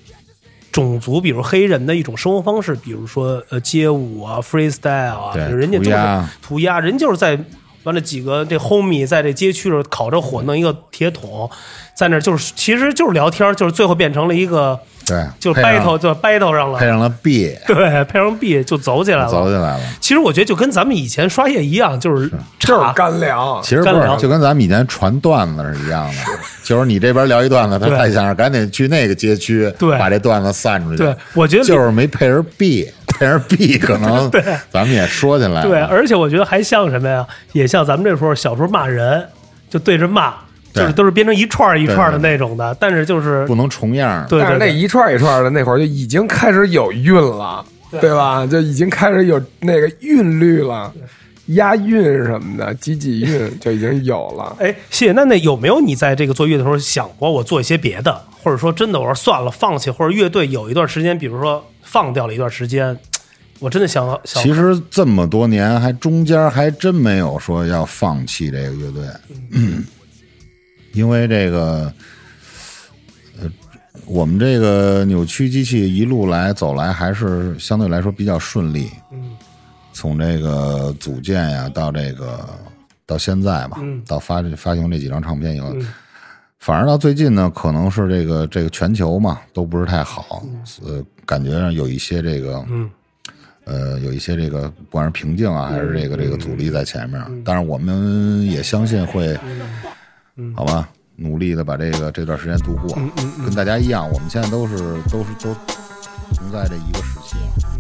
Speaker 3: 种族，比如黑人的一种生活方式，比如说呃街舞啊、freestyle 啊，
Speaker 2: 对
Speaker 3: 人家就
Speaker 2: 涂鸦
Speaker 3: 是
Speaker 2: 啊
Speaker 3: 涂鸦，人就是在完了几个这 homie 在这街区里烤着火，弄一个铁桶，在那儿就是其实就是聊天，就是最后变成了一个
Speaker 2: 对，
Speaker 3: 就是
Speaker 2: 配上
Speaker 3: battle 就 battle 上了
Speaker 2: 配，上了 B，
Speaker 3: 对，配上 B 就走起来
Speaker 2: 走
Speaker 3: 了。
Speaker 2: 起来了。
Speaker 3: 其实我觉得就跟咱们以前刷夜一样，就是
Speaker 1: 就是
Speaker 3: 差
Speaker 1: 干粮，
Speaker 2: 其实不
Speaker 3: 干粮
Speaker 2: 是，就跟咱们以前传段子是一样
Speaker 3: <laughs>
Speaker 2: 的，就是你这边聊一段子，他
Speaker 3: 对
Speaker 2: 太像了，赶紧去那个街区，
Speaker 3: 对
Speaker 2: 把这段子散出去。
Speaker 3: 对我觉得
Speaker 2: 就是没配上 B，配上 B 可
Speaker 3: <laughs>
Speaker 2: 能咱们也说起来了。
Speaker 3: 对，而且我觉得还像什么呀？也像咱们这时候小时候骂人，就对着骂，
Speaker 2: 对
Speaker 3: 就是都是编成一串儿一串儿的那种的，但是就是
Speaker 2: 不能重样儿。
Speaker 3: 对
Speaker 1: 但是
Speaker 3: 对
Speaker 1: 那
Speaker 3: 对
Speaker 1: 一串一串的那会儿就已经开始有韵了，
Speaker 3: 对
Speaker 1: 对吧？就已经开始有那个韵律了，押韵什么的，几几韵就已经有了。
Speaker 3: 哎，谢谢。那那有没有你在这个做乐队的时候想过我做一些别的，或者说真的我说算了放弃，或者乐队有一段时间，比如说放掉了一段时间，我真的想想
Speaker 2: 其实这么多年，还中间还真没有说要放弃这个乐队，
Speaker 3: 嗯
Speaker 2: 因为这个，呃，我们这个扭曲机器一路来走来，还是相对来说比较顺利。
Speaker 3: 嗯，
Speaker 2: 从这个组建呀，到这个到现在吧，
Speaker 3: 嗯
Speaker 2: 到发发行这几张唱片以后，
Speaker 3: 嗯
Speaker 2: 反而到最近呢，可能是这个这个全球嘛都不是太好，呃，感觉上有一些这个，
Speaker 3: 嗯
Speaker 2: 呃，有一些这个不管是瓶颈啊，还是这个这个阻力在前面，但是我们也相信会，好吧。努力的把这个这段时间度过，跟大家一样，我们现在都是都是都同在这一个时期嘛。啊